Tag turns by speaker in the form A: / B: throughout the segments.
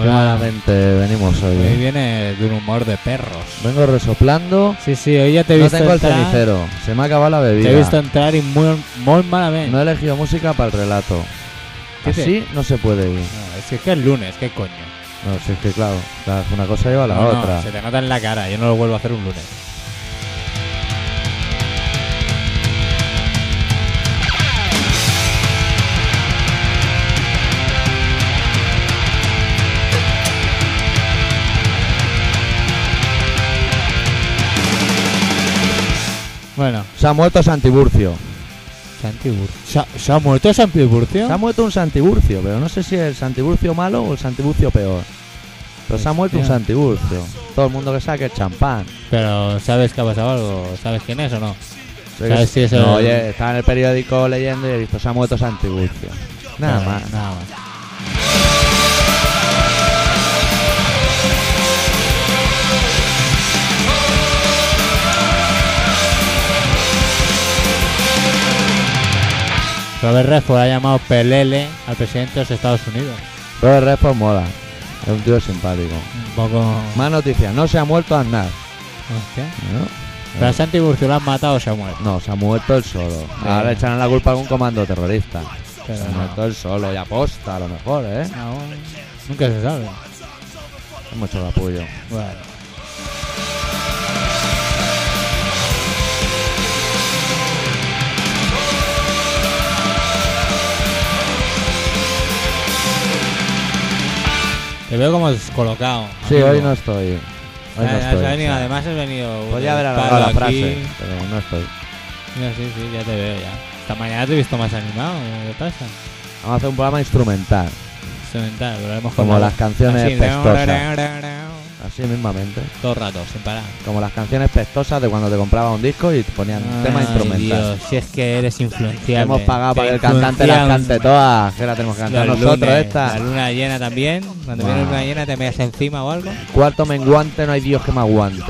A: Frescamente venimos hoy.
B: Hoy viene de un humor de perros.
A: Vengo resoplando.
B: Sí, sí, hoy ya te he
A: no
B: visto
A: tengo el
B: entrar.
A: cenicero. Se me ha acabado la
B: te
A: bebida.
B: he visto entrar y muy, muy malamente.
A: No he elegido música para el relato.
B: ¿Qué te-
A: Así no se puede ir.
B: No, es que es que es lunes, qué coño.
A: No, si es que claro, la- una cosa lleva a la
B: No, no,
A: otra.
B: se te nota en la cara, yo no lo vuelvo a hacer un lunes. Bueno,
A: Se ha muerto Santiburcio.
B: Santiburcio. ¿Se ha, se ha muerto Santiburcio?
A: Se ha muerto un Santiburcio, pero no sé si es el Santiburcio malo o el Santiburcio peor. Pero se ha muerto un
B: Hostia.
A: Santiburcio. Todo el mundo que saque el champán.
B: Pero ¿sabes que ha pasado algo? ¿Sabes quién es o no?
A: Sé
B: ¿Sabes
A: que-
B: si es
A: no,
B: el-
A: oye, estaba en el periódico leyendo y he visto se ha muerto Santiburcio. Nada
B: Nada,
A: más.
B: Nada más. Robert Redford ha llamado pelele al presidente de los Estados Unidos.
A: Robert Redford mola. Es un tío simpático.
B: Un poco...
A: Más noticias. No se ha muerto Aznar.
B: Hostia.
A: ¿no?
B: Pero a Santi Burcio lo han matado o se ha muerto.
A: No, se ha muerto el solo. Ahora le echarán la culpa a algún comando terrorista.
B: Pero
A: Se ha
B: no.
A: muerto el solo y aposta a lo mejor, ¿eh?
B: No, nunca se sabe.
A: Es mucho apoyo.
B: Bueno. Te veo como descolocado.
A: Sí,
B: amigo.
A: hoy no estoy. Hoy no
B: Ah, has
A: estoy.
B: venido,
A: o sea,
B: además has venido.
A: Podría haber
B: un
A: alargado la
B: palo
A: frase,
B: aquí.
A: pero no estoy.
B: Mira, sí, sí, ya te veo ya. Esta mañana te he visto más animado. ¿eh? ¿Qué pasa?
A: Vamos a hacer un programa instrumental,
B: Instrumental, pero lo hemos
A: como
B: cortado.
A: las canciones
B: Así,
A: pestosas. Así mismamente.
B: Todo el rato, sin parar.
A: Como las canciones pestosas de cuando te comprabas un disco y te ponían tema
B: Ay,
A: instrumental.
B: Dios, si es que eres
A: Que
B: influenciable.
A: hemos pagado
B: Te
A: para que el cantante las
B: influencian
A: cante todas, que la tenemos que cantar
B: los
A: nosotros
B: lunes,
A: esta.
B: La luna llena también. Cuando viene
A: Wow.
B: luna llena te meas encima o algo.
A: Cuarto menguante, no hay Dios que me aguante.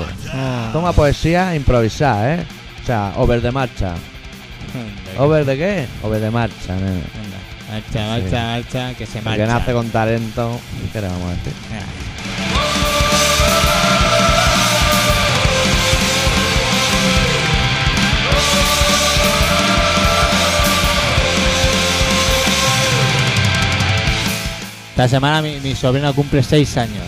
A: Toma poesía improvisada, ¿eh? O sea, over de marcha.
B: Anda,
A: ¿Over de qué? Over de marcha, nene.
B: anda. Marcha,
A: Sí.
B: marcha, marcha, que se
A: El
B: marcha.
A: que nace con talento. ¿Qué le vamos a decir?
B: Ah. Esta semana mi, mi sobrino cumple 6 años.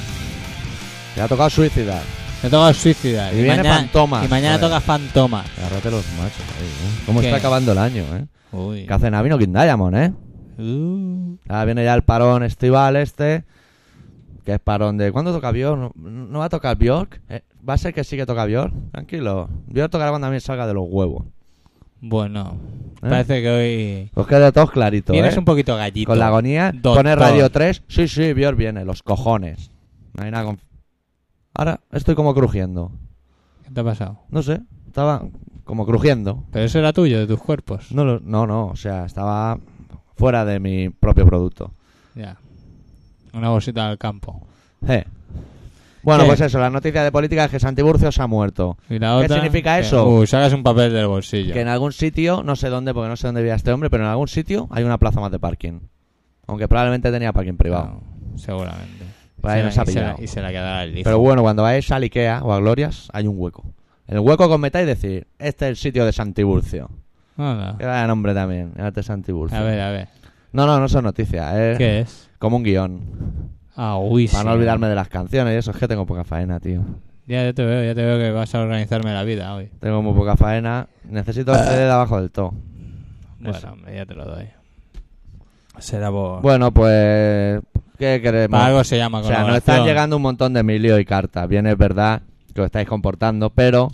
A: Te ha tocado suicidar.
B: Me toca suicida.
A: Y viene Fantoma.
B: Y mañana
A: Joder.
B: toca Fantoma.
A: Agárrate los machos ahí, ¿eh? ¿Cómo
B: ¿Qué?
A: está acabando el año, eh?
B: Uy.
A: Que hace Navino King Diamond, ¿eh?
B: Uh,
A: Ahora viene ya el parón estival este. Que es parón de. ¿Cuándo toca Bjork? ¿No, no va a tocar Bjork? Eh, ¿Va a ser que sí que toca Bjork? Tranquilo. Bjork tocará cuando a mí salga de los huevos.
B: bueno,
A: ¿Eh?
B: parece que hoy
A: Os queda todos clarito,
B: vienes
A: ¿eh?
B: un poquito gallito.
A: Con la agonía.
B: Doctor.
A: Poner Radio 3. Sí, sí, Bjork viene. Los cojones. No hay nada con... Ahora estoy como crujiendo.
B: ¿Qué te ha pasado?
A: No sé. Estaba como crujiendo.
B: Pero eso era tuyo, de tus cuerpos.
A: No, lo- no, no. O sea, estaba fuera de mi propio producto.
B: Ya. Una bolsita al campo.
A: Eh. Bueno,
B: ¿Qué?
A: pues eso. La noticia de política es que Santiburcio se ha muerto.
B: ¿Y la
A: ¿Qué
B: otra?
A: significa
B: Que-
A: eso?
B: Uy, sacas un papel del bolsillo.
A: Que en algún sitio, no sé dónde, porque no sé dónde vivía este hombre, pero en algún sitio hay una plaza más de parking. Aunque probablemente tenía parking privado.
B: No, seguramente.
A: Por ahí
B: Ah, Se la-
A: nos ha
B: y se la-
A: pillado.
B: Y se la quedará el hijo.
A: Pero bueno, cuando vais a Ikea o a Glorias, hay un hueco. El hueco con metáis y decir, este es el sitio de Santiburcio.
B: Anda.
A: Que da el nombre también, el de Santiburcio.
B: A ver, a ver.
A: No, no, no son noticias, es
B: ¿Qué es?
A: como un guión.
B: Ah, uy,
A: ¿Eh? Para no
B: sí.
A: olvidarme de las canciones y eso, es que tengo poca faena, tío.
B: Ya, ya te veo, ya te veo que vas a organizarme la vida hoy.
A: Tengo muy poca faena. Necesito el CD de abajo del todo.
B: Bueno,
A: Eso.
B: hombre, ya te lo doy. Será por...
A: Bueno, pues... ¿Qué queremos?
B: Para algo se llama
A: O sea, nos están llegando un montón de Emilio y cartas. Bien, es verdad que os estáis comportando, pero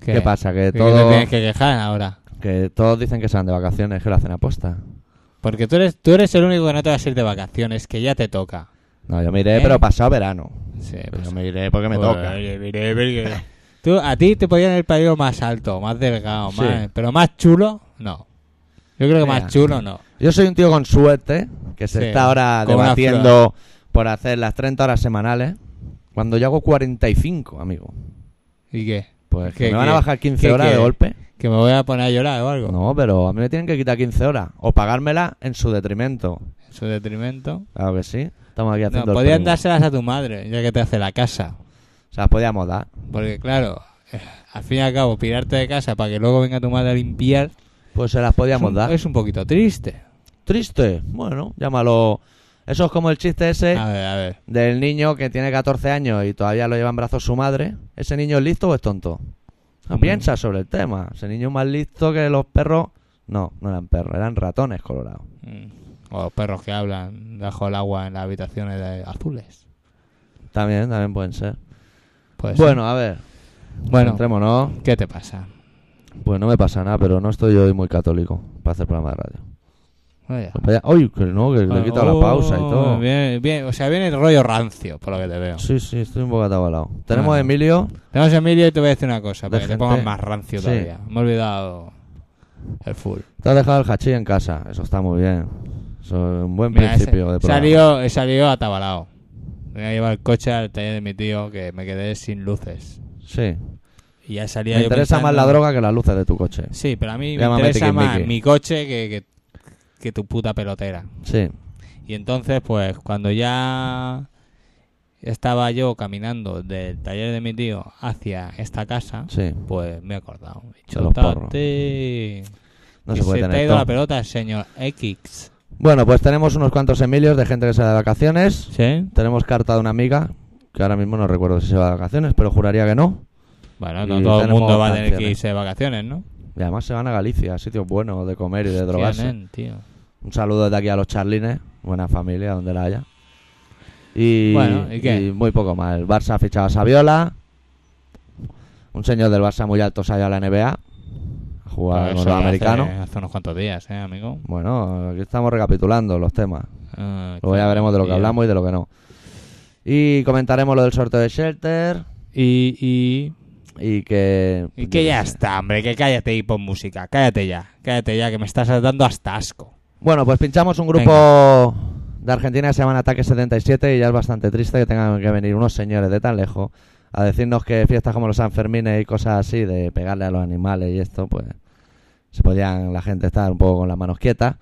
A: ¿qué, pasa? Que,
B: Que
A: todo-
B: te tienes que quejar ahora.
A: que todos dicen que se van de vacaciones, que lo hacen aposta.
B: Porque tú eres, tú eres el único que no te vas a ir de vacaciones, que ya te toca.
A: No, yo me iré,
B: ¿Eh?
A: pero pasado verano.
B: Sí,
A: Pero
B: pues-
A: yo me iré porque me
B: Pues,
A: toca.
B: oye, mire, mire. Tú, a ti te podían el pedido más alto, más delgado,
A: Sí.
B: más, pero más chulo, no. Yo creo que
A: Mira.
B: más chulo, no.
A: Yo soy un tío con suerte, que se
B: Sí,
A: está ahora
B: con una
A: debatiendo por hacer las 30 horas semanales, cuando yo hago 45, amigo.
B: ¿Y qué?
A: Pues que
B: ¿Qué-
A: me van
B: qué-
A: a bajar 15
B: qué
A: horas de
B: quiere?
A: golpe.
B: Que me voy a poner a llorar o algo.
A: No, pero a mí me tienen que quitar 15 horas. O pagármela en su detrimento.
B: En su detrimento.
A: Claro que sí. Estamos aquí
B: No,
A: haciendo. el
B: podían
A: primo.
B: dárselas a tu madre, ya que te hace la casa.
A: Se las podíamos dar.
B: Porque claro, eh, al fin y al cabo, pirarte de casa para que luego venga tu madre a limpiar
A: Pues se las
B: es
A: podíamos
B: un,
A: dar.
B: es un poquito triste.
A: Triste. Bueno, llámalo. Eso es como el chiste ese
B: A ver, a ver.
A: del niño que tiene 14 años y todavía lo lleva en brazos su madre. ¿Ese niño es listo o es tonto? No
B: Hombre.
A: piensa sobre el tema. Ese niño es más listo que los perros. No, no eran perros, eran ratones colorados.
B: Mm. O los perros que hablan bajo el agua en las habitaciones de azules.
A: También, también pueden ser.
B: Puede ser.
A: Pues bueno, a ver.
B: bueno
A: Centrémonos.
B: ¿qué te pasa?
A: Pues no me pasa nada, pero no estoy hoy muy católico para hacer programa de radio.
B: Vaya.
A: Pues vaya- ¡Ay! Que no, que le he quitado
B: Oh,
A: la pausa y todo.
B: Bien, bien. O sea, viene el rollo rancio, por lo que te veo.
A: Sí, sí, estoy un poco atabalado. Tenemos
B: Bueno.
A: a Emilio.
B: Tenemos a Emilio y te voy a decir una cosa,
A: De
B: para que te
A: gente-
B: pongas más rancio
A: Sí.
B: todavía. Me he olvidado el full.
A: Te has dejado el hachí en casa. Eso está muy bien. Eso es un buen
B: Mira,
A: principio
B: ese-
A: de programa.
B: salió, he salido atabalado. Voy a llevar el coche al taller de mi tío que me quedé sin luces.
A: Sí.
B: Y ya salía
A: Me
B: yo
A: interesa más
B: pensando-
A: la droga que las luces de tu coche.
B: Sí, pero a mí
A: Llámame
B: me interesa más
A: tiquismiqui.
B: mi coche que, que, que tu puta pelotera.
A: Sí.
B: Y entonces, pues, cuando ya estaba yo caminando del taller de mi tío hacia esta casa,
A: Sí.
B: pues me he acordado. He dicho,
A: De los porros.
B: "Tate,
A: No
B: que
A: se puede
B: se te ha
A: tener
B: ido
A: todo.
B: la pelota, señor X.
A: Bueno, pues tenemos unos cuantos Emilios de gente que se va de vacaciones.
B: ¿Sí?
A: Tenemos carta de una amiga, que ahora mismo no recuerdo si se va de vacaciones, pero juraría que no.
B: Bueno, no
A: Y
B: todo el
A: tenemos
B: mundo va a tener que
A: canciones.
B: irse de vacaciones, ¿no?
A: Y además se van a Galicia, sitios buenos de comer y de drogarse.
B: Hostia, nen, tío.
A: Un saludo desde aquí a los Charlines, buena familia, donde la haya. Y,
B: Bueno, ¿y qué?
A: muy poco más. El Barça ha fichado a Saviola. Un señor del Barça muy alto se ha ido a la NBA. A
B: Pero
A: jugar
B: Pues eso
A: con los
B: hace-
A: americanos.
B: Hace, unos cuantos días, ¿eh, amigo?
A: Bueno, aquí estamos recapitulando los temas.
B: Ah,
A: Luego ya
B: claro,
A: veremos de lo que
B: tío.
A: hablamos y de lo que no. Y comentaremos lo del sorteo de Shelter.
B: Y, y,
A: Y que.
B: y que ya
A: Pues yo qué sé.
B: está, hombre, que cállate y pon música. Cállate ya, cállate ya, que me estás dando hasta asco.
A: Bueno, pues pinchamos un grupo de Argentina que se llaman Ataque 77 y ya es bastante triste que tengan que venir unos señores de tan lejos a decirnos que fiestas como los Sanfermines y cosas así de pegarle a los animales y esto, pues se podían la gente estar un poco con las manos quietas.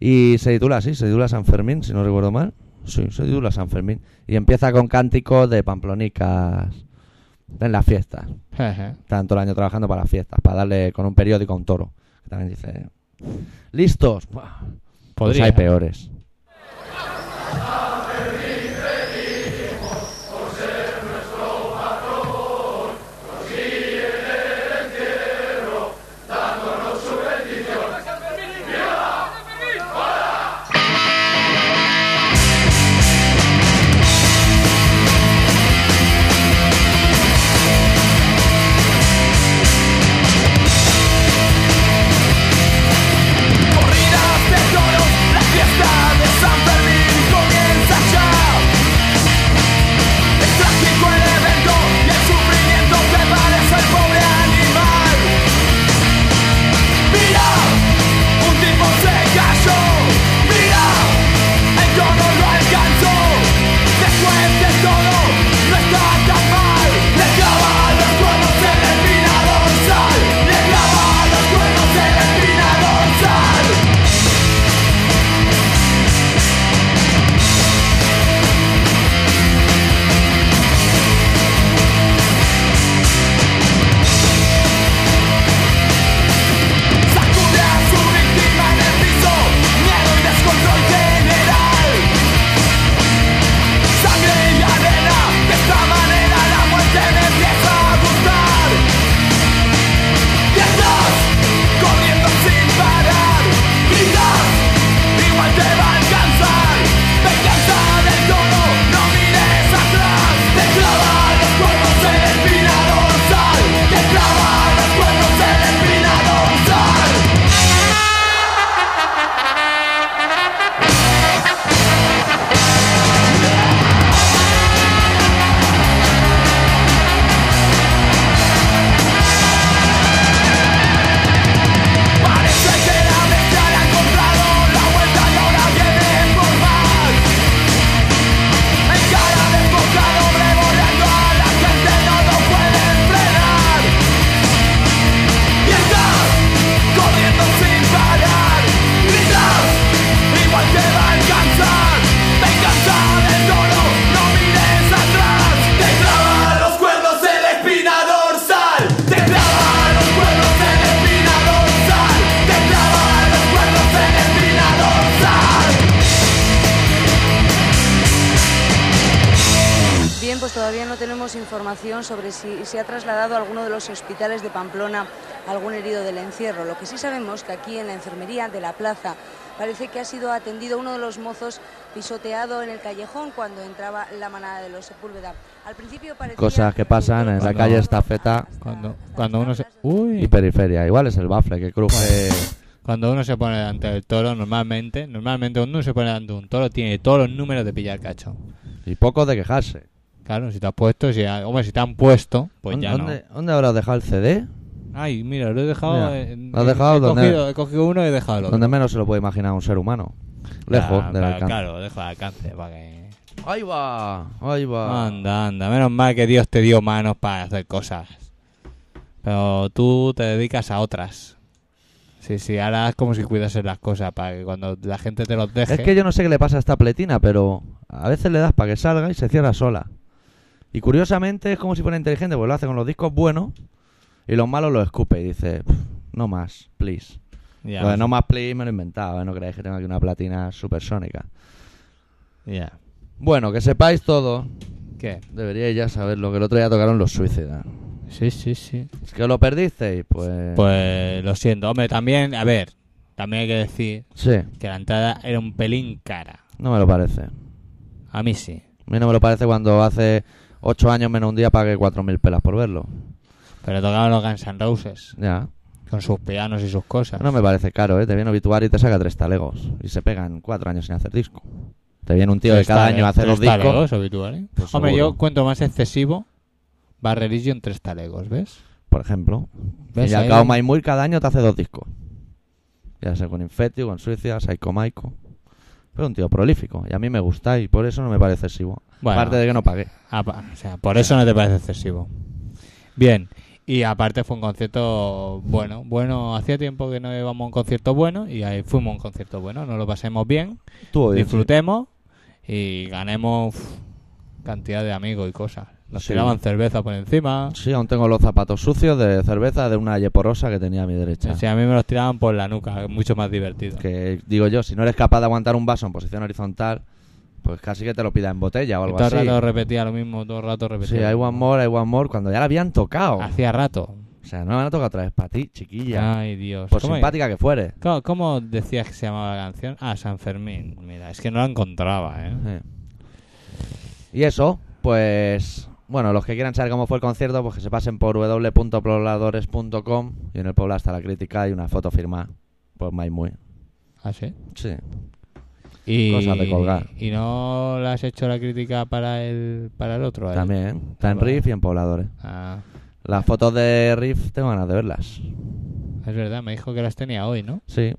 A: Y se titula así, se titula San Fermín, si no recuerdo mal. Sí, se titula San Fermín. Y empieza con cánticos de pamplonicas en las fiestas.
B: Jeje.
A: Están todo el año trabajando para las fiestas, para darle con un periódico a un toro. Que también dice, listos. Buah. Pues
B: Podría.
A: hay peores.
C: Corridas de toros, la fiesta pues información sobre si se ha trasladado a alguno de los hospitales de Pamplona algún herido del encierro. Lo que sí sabemos que aquí en la enfermería de la plaza parece que ha sido atendido uno de los mozos pisoteado en el callejón cuando entraba la manada de los Sepúlveda. Al principio parecía
A: Cosas que pasan en la
B: Cuando-
A: calle Estafeta
B: Cuando, cuando uno se... Uy. Pues.
A: y periferia. Igual es el bafle que cruje.
B: Cuando uno se pone delante del toro, normalmente, normalmente cuando uno se pone delante de un toro, tiene todos los números de pillar cacho.
A: Y poco de quejarse.
B: Claro, si te has puesto, si, ha- hombre, si te han puesto, pues
A: ¿Dónde,
B: ya no.
A: dónde- dónde habrás dejado el CD?
B: Ay, mira, lo he dejado.
A: Mira,
B: en-
A: lo has dejado
B: he,
A: donde-
B: cogido, he cogido uno y he dejado el otro.
A: Donde menos se lo puede imaginar un ser humano. Lejos
B: Ah,
A: del
B: pa-
A: alcance.
B: Claro, lejos del alcance. Para que...
A: Ahí va, ahí va.
B: Anda, anda. Menos mal que Dios te dio manos para hacer cosas. Pero tú te dedicas a otras. Sí, sí, ahora es como si cuidases las cosas para que cuando la gente te los deje.
A: Es que yo no sé qué le pasa a esta pletina, pero a veces le das para que salga y se cierra sola. Y curiosamente es como si fuera inteligente, porque lo hace con los discos buenos y los malos los escupe y dice, "Pf, no más, please.
B: Ya,
A: Lo de no más, please me lo he inventado, ¿eh? no creáis que tengo aquí una platina supersónica.
B: ya.
A: Bueno, que sepáis todo,
B: ¿Qué?
A: deberíais ya saberlo, que el otro día tocaron los suicidas.
B: Sí, sí, sí.
A: ¿Es que os lo perdisteis? Pues...
B: Pues lo siento. Hombre, también, a ver, también hay que decir
A: Sí,
B: que la entrada era un pelín cara.
A: no me lo parece. A
B: A mí sí.
A: mí no me lo parece cuando hace ocho años menos un día pagué 4.000 pelas por verlo.
B: Pero tocaban los Guns N' Roses
A: Ya.
B: con sus pianos y sus cosas.
A: No me parece caro, ¿eh? Te viene obituario y te saca tres talegos. Y se pegan cuatro años sin hacer disco. Te viene un tío de
B: Tres
A: cada
B: tale-
A: año a hacer
B: tres
A: dos discos.
B: talegos habituales.
A: Pues
B: Hombre,
A: seguro.
B: yo cuento más excesivo Bad Religion tres talegos, ¿ves?
A: Por ejemplo.
B: ¿Ves?
A: Y al
B: Ahí-
A: cabo, Mike Moore cada año te hace dos discos. Ya sea con Infetti, con Suicia, Psycho Maico. Pero un tío prolífico. Y a mí me gusta y por eso no me parece excesivo.
B: Bueno.
A: Aparte de que no pagué.
B: Ah, pa- o sea, por eso no te parece excesivo. Bien. Y aparte fue un concierto bueno. Bueno, hacía tiempo que no íbamos a un concierto bueno y ahí fuimos a un concierto bueno. Nos lo pasemos bien,
A: Estuvo bien.
B: disfrutemos y ganemos uf, cantidad de amigos y cosas. Nos
A: Sí.
B: tiraban cerveza por encima.
A: Sí, aún tengo los zapatos sucios de cerveza de una yeporosa que tenía a mi derecha.
B: Sí, a mí me los tiraban por la nuca, mucho más divertido.
A: Que digo yo, si no eres capaz de aguantar un vaso en posición horizontal, pues casi que te lo pida en botella o
B: Y
A: algo
B: todo el
A: así.
B: rato repetía lo mismo, todo el rato
A: Sí,
B: repetía.
A: hay
B: lo
A: One
B: mismo.
A: More, hay One More, cuando ya la habían tocado.
B: Hacía rato.
A: O sea, no la han tocado otra vez para ti, chiquilla.
B: Ay, Dios.
A: por
B: Ah, ¿Cómo-
A: simpática que fuere.
B: ¿Cómo, cómo decías que se llamaba la canción? Ah, San Fermín. Mira, es que no la encontraba, ¿eh?
A: Sí. Y eso, pues... Bueno, los que quieran saber cómo fue el concierto, pues que se pasen por www.pobladores.com y en el Puebla hasta la crítica y una foto firmada por Mike Muy.
B: Ah, sí.
A: Sí.
B: Y,
A: Cosas de colgar.
B: ¿Y no le has hecho la crítica para el, para el otro? ¿eh?
A: También. Está en
B: Vale.
A: Riff y en Pobladores.
B: Ah,
A: Las fotos de Riff tengo ganas de verlas.
B: es verdad, me dijo que las tenía hoy, ¿no?
A: Sí.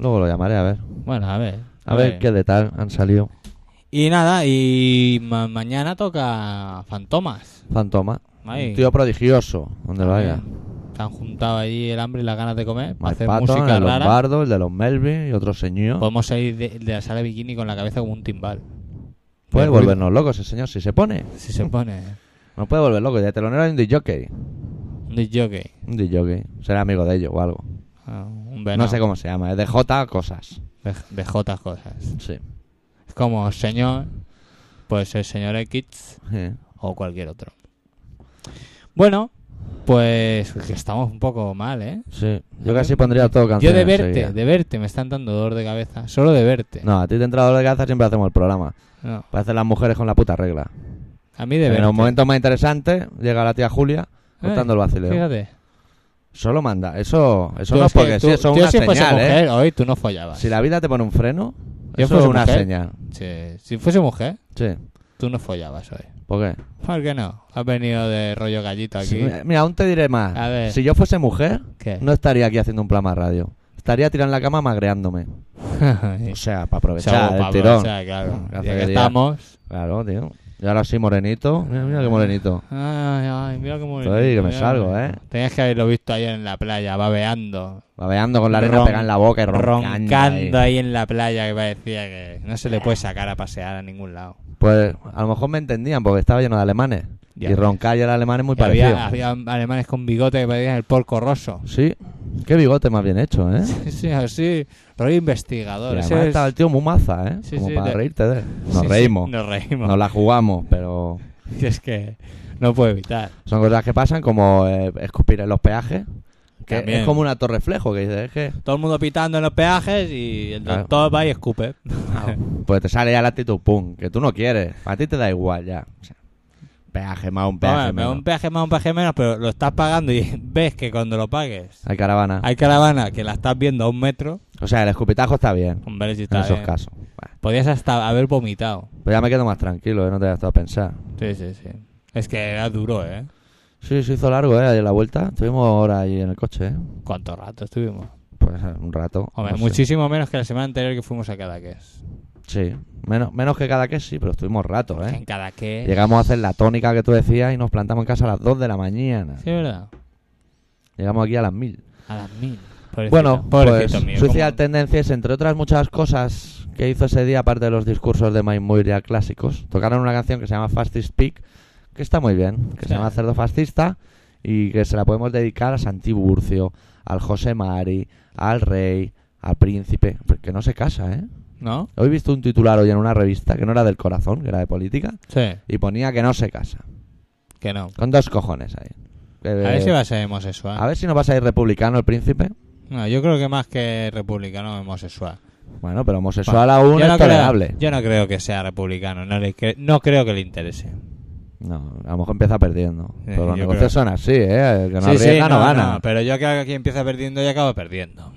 A: Luego lo llamaré a ver.
B: Bueno, a ver.
A: A ver qué de tal han salido.
B: Y nada, y ma- mañana toca Fantomas.
A: Fantoma.
B: Ay.
A: Un tío prodigioso. Donde vaya.
B: Se han juntado allí el hambre y las ganas de comer para
A: Mike
B: hacer
A: Patton,
B: música
A: el
B: rara.
A: Lombardo, el de los Melvin y otro señor.
B: Podemos salir de, de la sala de bikini con la cabeza como un timbal.
A: Puede
B: de
A: volvernos locos ese señor si se pone.
B: Si se pone ¿eh?
A: No puede volver loco. De telonero hay un DJ.
B: un disjockey.
A: Un DJ. Será amigo de ellos o algo.
B: Ah, un
A: No
B: venado
A: sé cómo se llama. Es de J cosas.
B: de, de jotas cosas.
A: Sí.
B: Es como señor, pues el señor X
A: Sí.
B: o cualquier otro. Bueno, pues que estamos un poco mal, ¿eh?
A: Sí. Yo casi pondría todo
B: Yo
A: canción.
B: de verte, de verte, me están dando dolor de cabeza. Solo de verte.
A: No, a ti te entra dolor de cabeza siempre hacemos el programa.
B: No,
A: Parecen las mujeres con la puta regla.
B: A mí de
A: en
B: verte.
A: los momentos más interesantes llega la tía Julia contando el
B: Ay,
A: vacileo.
B: Fíjate.
A: Solo manda. Eso, eso
B: Tú
A: no
B: es
A: es
B: que
A: porque
B: tú-
A: sí, eso es
B: yo
A: una
B: si fuese
A: señal,
B: mujer,
A: ¿eh?
B: hoy tú no follabas.
A: Si la vida te pone un freno,
B: Yo
A: eso es
B: fuese
A: una
B: mujer.
A: señal.
B: Sí, si fuese mujer,
A: Sí.
B: tú no follabas hoy.
A: ¿Por qué?
B: ¿Por qué no? Has venido de rollo gallito aquí.
A: Si- mira, aún te diré más.
B: A ver.
A: Si yo fuese mujer,
B: ¿Qué?
A: no estaría aquí haciendo un programa de radio. Estaría tirando en la cama magreándome. O sea, para aprovechar el tirón.
B: O sea, claro.
A: Hace
B: Ya
A: que
B: que
A: día.
B: estamos.
A: Claro, tío. Y ahora sí, morenito. Mira, mira qué morenito.
B: Ay, ay, mira cómo.
A: Estoy, que me salgo, ¿eh?
B: Tenías que haberlo visto ayer en la playa, babeando.
A: Babeando con la arena
B: Ron-
A: pegada en la boca y roncando. ahí.
B: Roncando ahí. en la playa, que parecía que no se le puede sacar a pasear a ningún lado.
A: Pues a lo mejor me entendían porque estaba lleno de alemanes.
B: Ya
A: y
B: ves.
A: roncar y el alemán es muy
B: Y
A: parecido.
B: había, había alemanes con bigote que parecían el porco rosso.
A: Sí. Qué bigote más bien hecho, ¿eh?
B: Sí, sí, así. Rollo
A: Y
B: investigador.
A: además
B: ese es-
A: estaba el tío muy maza, ¿eh?
B: Sí,
A: Como
B: sí,
A: para
B: de-
A: reírte de él. Nos
B: Sí, sí,
A: reímos.
B: nos reímos.
A: Nos la jugamos, pero
B: Y es que no puedo evitar.
A: Son cosas que pasan como eh, escupir en los peajes. Que
B: También.
A: es como un acto reflejo que dices, es que...
B: Todo el mundo pitando en los peajes y el
A: Claro.
B: doctor va y escupe.
A: Pues te sale ya la actitud pum, que tú no quieres. A ti te da igual ya. O sea, peaje más, un peaje
B: Vamos,
A: menos.
B: Un peaje más, un peaje menos, pero lo estás pagando y ves que cuando lo pagues
A: Hay caravana.
B: hay caravana que la estás viendo a un metro.
A: O sea, el escupitajo está bien.
B: Hombre, si
A: en
B: está
A: esos
B: bien.
A: casos. Bueno,
B: Podías hasta haber vomitado.
A: pues ya me quedo más tranquilo, eh, no te había estado a pensar.
B: Sí, sí, sí. Es que era duro, ¿eh?
A: Sí, se hizo largo, ¿eh? Ayer la vuelta. Estuvimos ahora ahí en el coche, ¿eh?
B: ¿Cuánto rato estuvimos?
A: Pues eh, un rato.
B: Hombre,
A: no sé.
B: muchísimo menos que la semana anterior que fuimos a Cadaqués.
A: Sí, menos, menos que cada que sí, pero estuvimos rato,
B: En
A: ¿eh?
B: Cadaqués.
A: Llegamos a hacer la tónica que tú decías y nos plantamos en casa a las 2 de la mañana.
B: Sí, ¿verdad?
A: Llegamos aquí a las 1000.
B: A las mil. Pobrecito,
A: Bueno,
B: pobrecito
A: pues
B: mío,
A: Suicidal
B: ¿cómo?
A: Tendencias, entre otras muchas cosas que hizo ese día, aparte de los discursos de Mike Muiria clásicos, tocaron una canción que se llama Fascist Peak, que está muy bien, que
B: Sí.
A: se llama Cerdo Fascista, y que se la podemos dedicar a Santiburcio, al José Mari, al Rey, al Príncipe, que no se casa, ¿eh?
B: ¿No?
A: Hoy he visto un titular hoy en una revista que no era del corazón, que era de política,
B: Sí,
A: y ponía que no se casa.
B: que no.
A: Con dos cojones ahí. Que-
B: A ver si va a ser homosexual.
A: Eh, a ver si no va a ir republicano el príncipe.
B: No, yo creo que más que republicano homosexual.
A: Bueno, pero homosexual aún
B: yo,
A: es
B: no
A: tolerable.
B: creo, yo no creo que sea republicano, no, le cre- no creo que le interese.
A: No, a lo mejor empieza perdiendo.
B: Eh,
A: Pero
B: yo
A: los negocios
B: creo.
A: son así, ¿eh? El que no
B: Sí, sí,
A: arriesga no, gana.
B: no, pero yo creo que aquí empieza perdiendo y acaba perdiendo.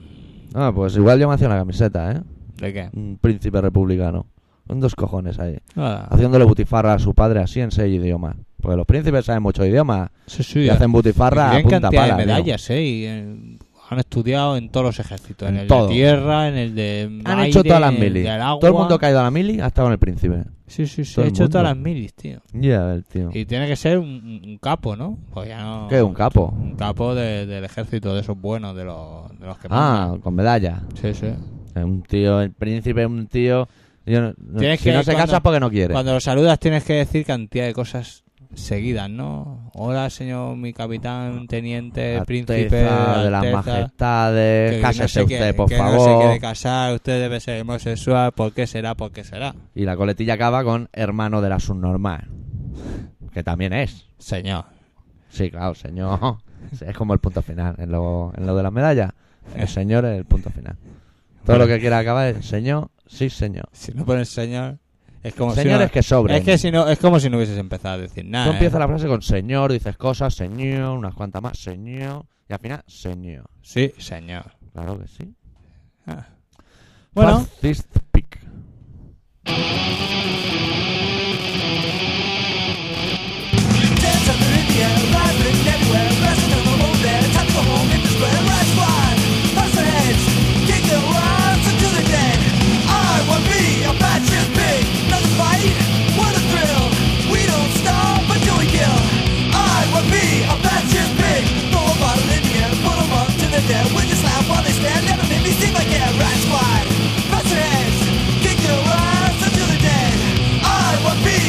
A: Ah, pues igual yo me hacía una camiseta, ¿eh?
B: ¿De qué?
A: Un príncipe republicano. Con dos cojones ahí.
B: Ah,
A: Haciéndole butifarra a su padre así en seis idiomas. Porque los príncipes saben muchos idiomas.
B: sí, sí,
A: Y hacen butifarra a
B: gran
A: punta
B: cantidad
A: pala.
B: de
A: tío.
B: medallas, ¿eh? Y, eh, han estudiado en todos los ejércitos, en,
A: En
B: el
A: todo.
B: de tierra, en el de
A: Han
B: aire,
A: hecho todas las
B: en el
A: mili.
B: del agua.
A: Todo el mundo que ha ido a la mili ha estado en el príncipe.
B: Sí, sí, sí,
A: todo
B: ha
A: el
B: hecho todas
A: mundo.
B: las milis, tío.
A: Ya, el tío.
B: Y tiene que ser un, un- un capo, ¿no? Pues ya no...
A: ¿Qué? ¿Un capo?
B: Un capo de- del ejército, de esos buenos, de los, de los que
A: Ah,
B: mandan.
A: con medalla.
B: Sí, sí.
A: Es Un tío, el príncipe es un tío... yo no- no-
B: Tienes
A: si
B: que-
A: no se
B: cuando-
A: casa es porque no quiere.
B: Cuando lo saludas tienes que decir cantidad de cosas seguidas, ¿no? Hola, señor, mi capitán, teniente,
A: Alteza,
B: príncipe,
A: de las
B: Alteza,
A: majestades,
B: no
A: cásese
B: se quiere-
A: usted, por
B: que
A: favor.
B: no se quiere casar, usted debe ser homosexual, ¿por qué será? ¿Por qué será?
A: Y la coletilla acaba con hermano de la subnormal. Que también es.
B: Señor.
A: Sí, claro, señor. Sí, Es como el punto final. En lo, en lo de la medalla, el señor es el punto final. Todo lo que quiera acabar es señor, sí, señor.
B: Si no pones señor, es como si no-
A: Señores que sobren.
B: Es que si no, es como si no hubieses empezado a decir nada.
A: Tú empiezas
B: ¿eh?
A: la frase con señor, dices cosas, señor, unas cuantas más, señor. Y al final, señor.
B: Sí, señor.
A: Claro que sí.
B: Ah. Bueno,
A: Fascist pick.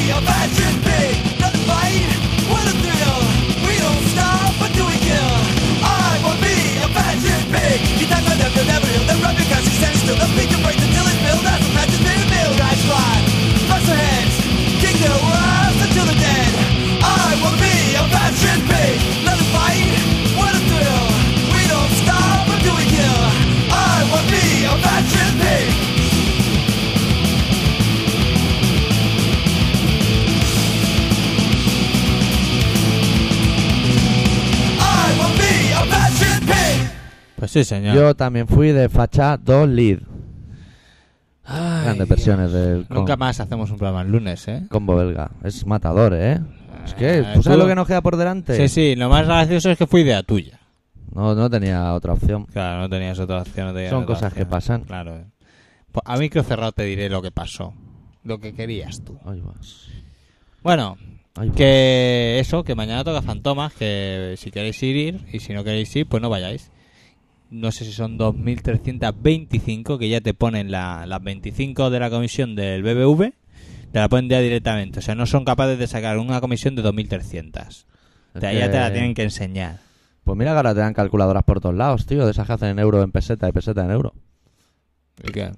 D: A bastard pig, not fight, what a thrill! We don't stop until we kill. I will be a fascist pig. You time my never, never heal. The rubber cast extends to the peak and breaks until it filled. As a match is made of meal, rise fly. Bust their heads, kick their ass until they're dead. I will be a fascist pig. Not a fight, what a thrill! We don't stop until we kill. I will be a fascist pig. I will be a fascist pig.
B: pues sí, señor.
A: Yo también fui de facha 2 lead.
B: Ay,
A: Grandes versiones del con-
B: Nunca más hacemos un programa el lunes, ¿eh?
A: combo belga. Es matador, ¿eh? Es que,
B: Ah,
A: ¿tú sabes
B: tú-
A: lo que nos queda por delante?
B: Sí, sí, lo más gracioso es que fue idea tuya.
A: No, no tenía otra opción.
B: Claro, no tenías otra opción. no tenías
A: Son
B: otra
A: cosas
B: opción.
A: que pasan.
B: Claro. Pues a micro cerrado te diré lo que pasó. Lo que querías tú.
A: Ay, vas.
B: Bueno,
A: Ay, vas.
B: que eso, que mañana toca Fantomas, que si queréis ir, ir, y si no queréis ir, pues no vayáis. No sé si son 2.325, que ya te ponen la- las 25 de la comisión del BBV, te la ponen ya directamente. O sea, no son capaces de sacar una comisión de 2.300. O sea,
A: Es
B: ya
A: que-
B: te la tienen que enseñar.
A: Pues mira que ahora te dan calculadoras por todos lados, tío. De esas que hacen en euro, en peseta, de peseta en euro.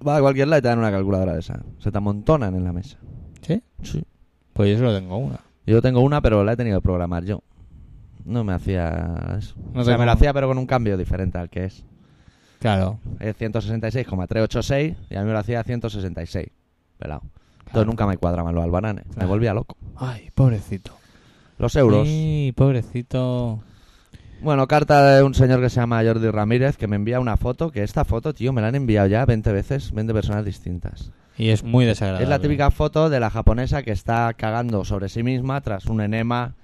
A: Va a cualquier lado y te dan una calculadora de esas. Se te amontonan en la mesa.
B: ¿Sí?
A: Sí.
B: Pues yo solo tengo una.
A: Yo tengo una, pero la he tenido que programar yo. No me hacía eso.
B: No
A: o sea,
B: tengo-
A: me lo hacía, pero con un cambio diferente al que es.
B: Claro.
A: Es 166,386 y a mí me lo hacía 166. Pelado. Entonces
B: Claro.
A: nunca me cuadraban los albananes. Me
B: Claro.
A: volvía loco.
B: Ay, pobrecito.
A: Los euros.
B: Ay, pobrecito.
A: Bueno, carta de un señor que se llama Jordi Ramírez que me envía una foto. Que esta foto, tío, me la han enviado ya 20 veces, 20 personas distintas.
B: Y es muy desagradable.
A: Es la típica foto de la japonesa que está cagando sobre sí misma tras un enema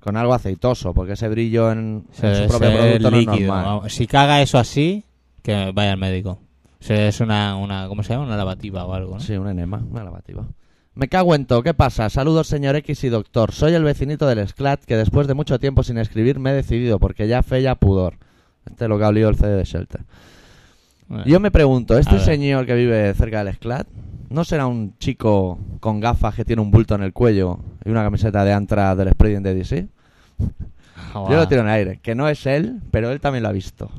A: con algo aceitoso, porque ese brillo en,
B: Se-
A: en su propio
B: se-
A: producto no es
B: líquido,
A: normal.
B: vamos. Si caga eso así, que vaya al médico. O sea, es una, una, ¿cómo se llama? Una lavativa o algo, ¿no?
A: Sí, un enema, una lavativa. Me cago en todo, ¿qué pasa? Saludos, señor X y doctor. Soy el vecinito del Sclat que después de mucho tiempo sin escribir me he decidido porque ya fe, ya pudor. Este es lo que ha olido el CD de Shelter.
B: Bueno.
A: Yo me pregunto,
B: Eh. A
A: ¿este
B: ver.
A: señor que vive cerca del Sclat no será un chico con gafas que tiene un bulto en el cuello y una camiseta de Antra del Spreading de DC?
B: Joder.
A: Yo lo tiro en el aire, que no es él, pero él también lo ha visto.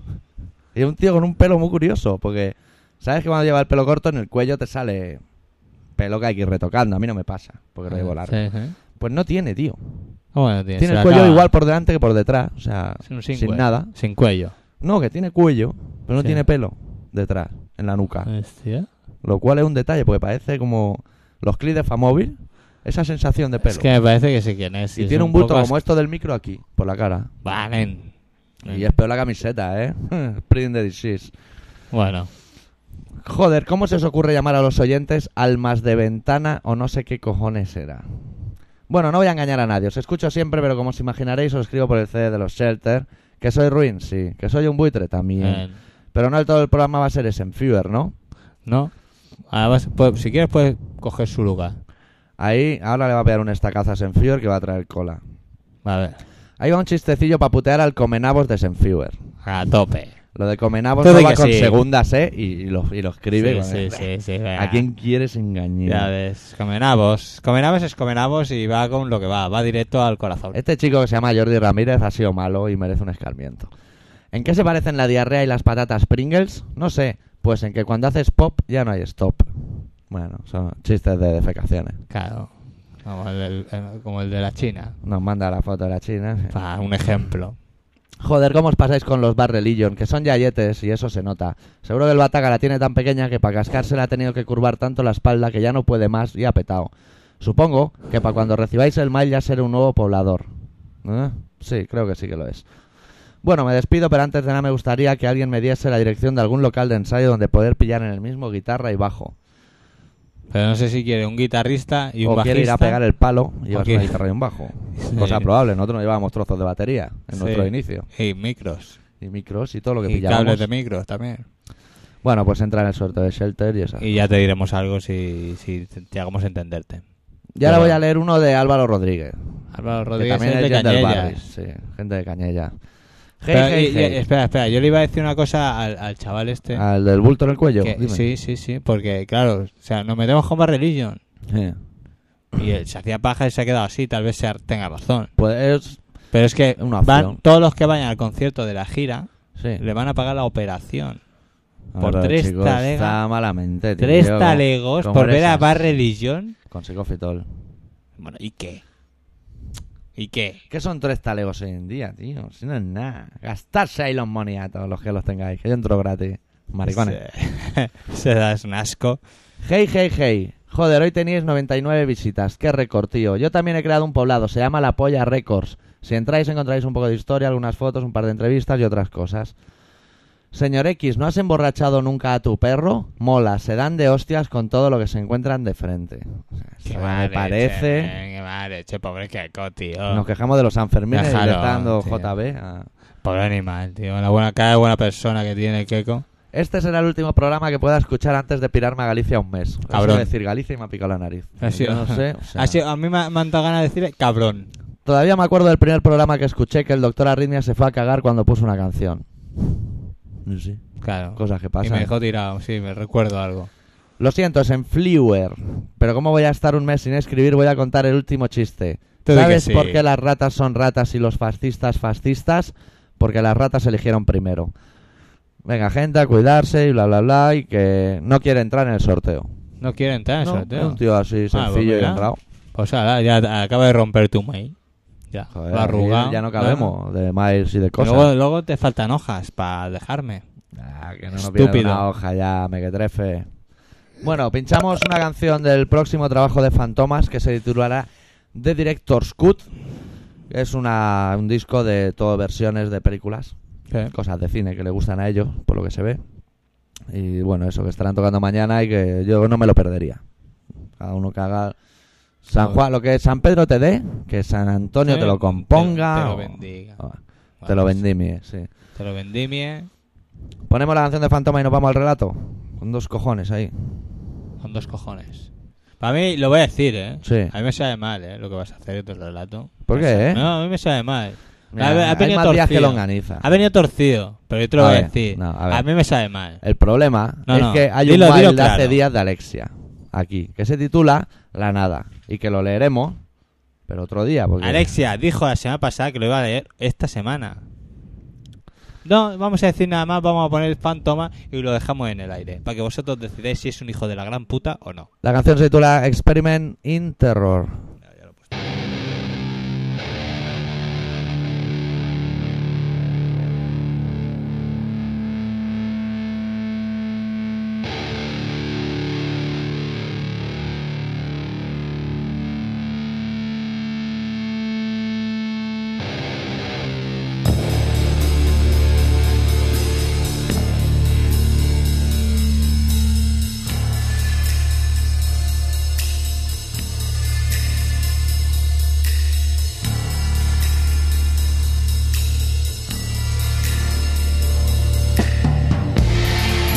A: Y es un tío con un pelo muy curioso, porque sabes que cuando lleva el pelo corto en el cuello te sale pelo que hay que ir retocando. A mí no me pasa, porque lo llevo largo.
B: Ah, Sí, sí.
A: Pues no tiene, tío.
B: ¿Cómo lo tienes?
A: Tiene
B: Se
A: el
B: la
A: cuello
B: acaba.
A: igual por delante que por detrás, o sea,
B: Es un
A: sin
B: cuello.
A: nada.
B: Sin cuello.
A: No, que tiene cuello, pero no
B: Sí.
A: tiene pelo detrás, en la nuca.
B: Hostia.
A: Lo cual es un detalle, porque parece como los clips de Famóvil, esa sensación de pelo.
B: Es que me parece que sí quién es.
A: y
B: es
A: tiene un bulto
B: poco
A: como esto del micro aquí, por la cara.
B: as- Valen.
A: Y es peor la camiseta, ¿eh? Spring the disease.
B: Bueno,
A: Joder, ¿cómo se os ocurre llamar a los oyentes almas de ventana o no sé qué cojones era? Bueno, no voy a engañar a nadie, os escucho siempre, pero como os imaginaréis, os escribo por el CD de los Shelter. Que soy ruin, sí. Que soy un buitre también.
B: eh,
A: Pero no el todo el programa va a ser ese en Fever, ¿no?
B: no. Además, pues, si quieres puedes coger su lugar.
A: Ahí, ahora le va a pegar un estacazo a Senfewer que va a traer cola.
B: A ver,
A: Ahí va un chistecillo para putear al Comenabos de Senfewer.
B: a tope.
A: Lo de Comenabos
B: Tú
A: no
B: di
A: va
B: que
A: con
B: sí.
A: segundas, ¿eh? Y, y lo, y lo escribe.
B: sí, sí,
A: con-
B: sí, sí, venga.
A: ¿A quién quieres engañar?
B: Ya ves, Comenabos. Comenabos es Comenabos y va con lo que va, va directo al corazón.
A: Este chico que se llama Jordi Ramírez ha sido malo y merece un escarmiento. ¿En qué se parecen la diarrea y las patatas Pringles? No sé, pues en que cuando haces pop ya no hay stop. Bueno, son chistes de defecaciones.
B: Claro, como el, del- el- como el de la China.
A: Nos manda la foto de la China.
B: Pa, un ejemplo.
A: Joder, ¿cómo os pasáis con los Bar Religion? Que son yayetes y eso se nota. Seguro que el Bataca la tiene tan pequeña que para cascársela ha tenido que curvar tanto la espalda que ya no puede más y ha petado. Supongo que para cuando recibáis el mail ya seré un nuevo poblador. ¿Eh? Sí, creo que sí que lo es. Bueno, me despido, pero antes de nada me gustaría que alguien me diese la dirección de algún local de ensayo donde poder pillar en el mismo guitarra y bajo.
B: Pero no sé si quiere un guitarrista y un
A: o
B: bajista.
A: quiere ir a pegar el palo y llevas
B: Ok.
A: una guitarra y un bajo.
B: Sí.
A: Cosa probable, nosotros no llevábamos trozos de batería en
B: Sí.
A: nuestro inicio.
B: Y micros.
A: Y micros y todo lo que
B: Y
A: pillábamos.
B: cables de micros también.
A: Bueno, pues entra en el sorteo de Shelter y esa.
B: Y ya te diremos algo si, si te, te hagamos entenderte.
A: Y ahora
B: Pero-
A: voy a leer uno de Álvaro Rodríguez.
B: Álvaro
A: que
B: Rodríguez
A: también
B: es de
A: gente
B: Cañellas.
A: del barrio. Sí, gente de Cañella. Hey,
B: Pero-
A: hey,
B: y- este- y-
A: hey.
B: Espera, espera, yo le iba a decir una cosa al, al chaval este.
A: Al del bulto en el cuello.
B: que-
A: dime.
B: sí, sí, sí, porque claro, o sea, nos metemos con Bad Religion.
A: Sí.
B: Y él se hacía paja y se ha quedado así, tal vez se ar- tenga razón.
A: Pues es.
B: Pero es que
A: Una
B: van,
A: opción.
B: todos los que vayan al concierto de la gira
A: Sí.
B: le van a pagar la operación. por
A: Ahora,
B: tres
A: chicos,
B: talega-
A: Está malamente, tío.
B: Tres talegos
A: ¿Cómo
B: por
A: eres
B: ver a
A: así?
B: Bad Religion.
A: Con psicofitol.
B: Bueno, ¿y qué? ¿Y qué?
A: ¿Qué son tres talegos hoy en día, tío? Si no es nada. Gastarse ahí los moniatos, los que los tengáis. Que yo entro gratis. Maricones.
B: Se, se da es un asco.
A: Hey, hey, hey. Joder, hoy tenéis 99 visitas. Qué récord, tío. Yo también he creado un poblado. Se llama La Polla Records. Si entráis encontráis un poco de historia, algunas fotos, un par de entrevistas y otras cosas. Señor X, ¿no has emborrachado nunca a tu perro? Mola, se dan de hostias con todo lo que se encuentran de frente. O sea, esto
B: Qué eh.
A: me
B: mala
A: parece.
B: leche, men, qué mala leche, pobre queco, tío.
A: Nos quejamos de los Sanfermines y le
B: Déjalo,
A: está dando
B: tío.
A: JB a-
B: Pobre animal, tío. La buena cara, buena persona que tiene el queco.
A: Este será el último programa que pueda escuchar antes de pirarme a Galicia un mes. Eso
B: Cabrón.
A: de decir Galicia y me ha picado la nariz.
B: Ha sido-
A: Yo no sé, o sea-
B: ha sido- a mí me, ha- me han dado ganas de decirle cabrón.
A: Todavía me acuerdo del primer programa que escuché que el doctor Arritmia se fue a cagar cuando puso una canción. Sí.
B: Claro.
A: Cosas que
B: Y me
A: pasan.
B: dejó tirado, sí, me recuerdo algo.
A: Lo siento, es en Flewer. Pero como voy a estar un mes sin escribir, voy a contar el último chiste.
B: Tú di que
A: ¿Sabes
B: sí.
A: por qué las ratas son ratas y los fascistas fascistas? Porque las ratas se eligieron primero. Venga, gente, a cuidarse y bla, bla, bla. Y que no quiere entrar en el sorteo.
B: No quiere entrar en el
A: No,
B: sorteo.
A: es Un tío así
B: Ah, pues
A: sencillo y
B: mira.
A: honrado.
B: Pues ahora ya acaba de romper tu mail. Ya,
A: Joder,
B: lo ha
A: aquí
B: arrugado.
A: ya no cabemos de miles y de
B: Y
A: cosas.
B: Luego, luego te faltan hojas para dejarme.
A: Ah, que no nos viene
B: Estúpido.
A: una hoja ya, mequetrefe. Bueno, pinchamos una canción del próximo trabajo de Fantomas que se titulará The Director's Cut. Es una, un disco de todo versiones de películas, ¿eh? cosas de cine que le gustan a ellos, por lo que se ve. Y bueno, eso que estarán tocando mañana y que yo no me lo perdería. Cada uno que haga San Juan, lo que San Pedro te dé, que San Antonio
B: Sí,
A: te lo componga.
B: te- te lo
A: o-
B: bendiga.
A: o-
B: Bueno,
A: te lo
B: pues,
A: vendimie, sí.
B: Te lo vendimie
A: Ponemos la canción de Fantoma y nos vamos al relato. Con dos cojones ahí.
B: con dos cojones. Para mí, lo voy a decir, ¿eh?
A: Sí.
B: A mí me sabe mal, ¿eh? Lo que vas a hacer en tu relato.
A: ¿Por
B: Me
A: qué,
B: sabe-
A: eh?
B: No, a mí me sabe mal.
A: Mira,
B: Ha- ha
A: hay
B: venido
A: más días que
B: torcido.
A: longaniza.
B: Ha venido torcido, pero yo te lo
A: A
B: voy a
A: ver,
B: decir.
A: no, a ver.
B: a, mí me sabe mal.
A: El problema
B: No,
A: es
B: no.
A: que hay
B: Dilo,
A: un
B: dilo
A: mail de hace
B: claro.
A: días de Alexia. Aquí. Que se titula La Nada. Y que lo leeremos. Pero otro día. Porque...
B: Alexia dijo la semana pasada que lo iba a leer esta semana. No, vamos a decir nada más, vamos a poner el fantoma y lo dejamos en el aire. Para que vosotros decidáis si es un hijo de la gran puta o no.
A: La canción se titula Experiment in Terror.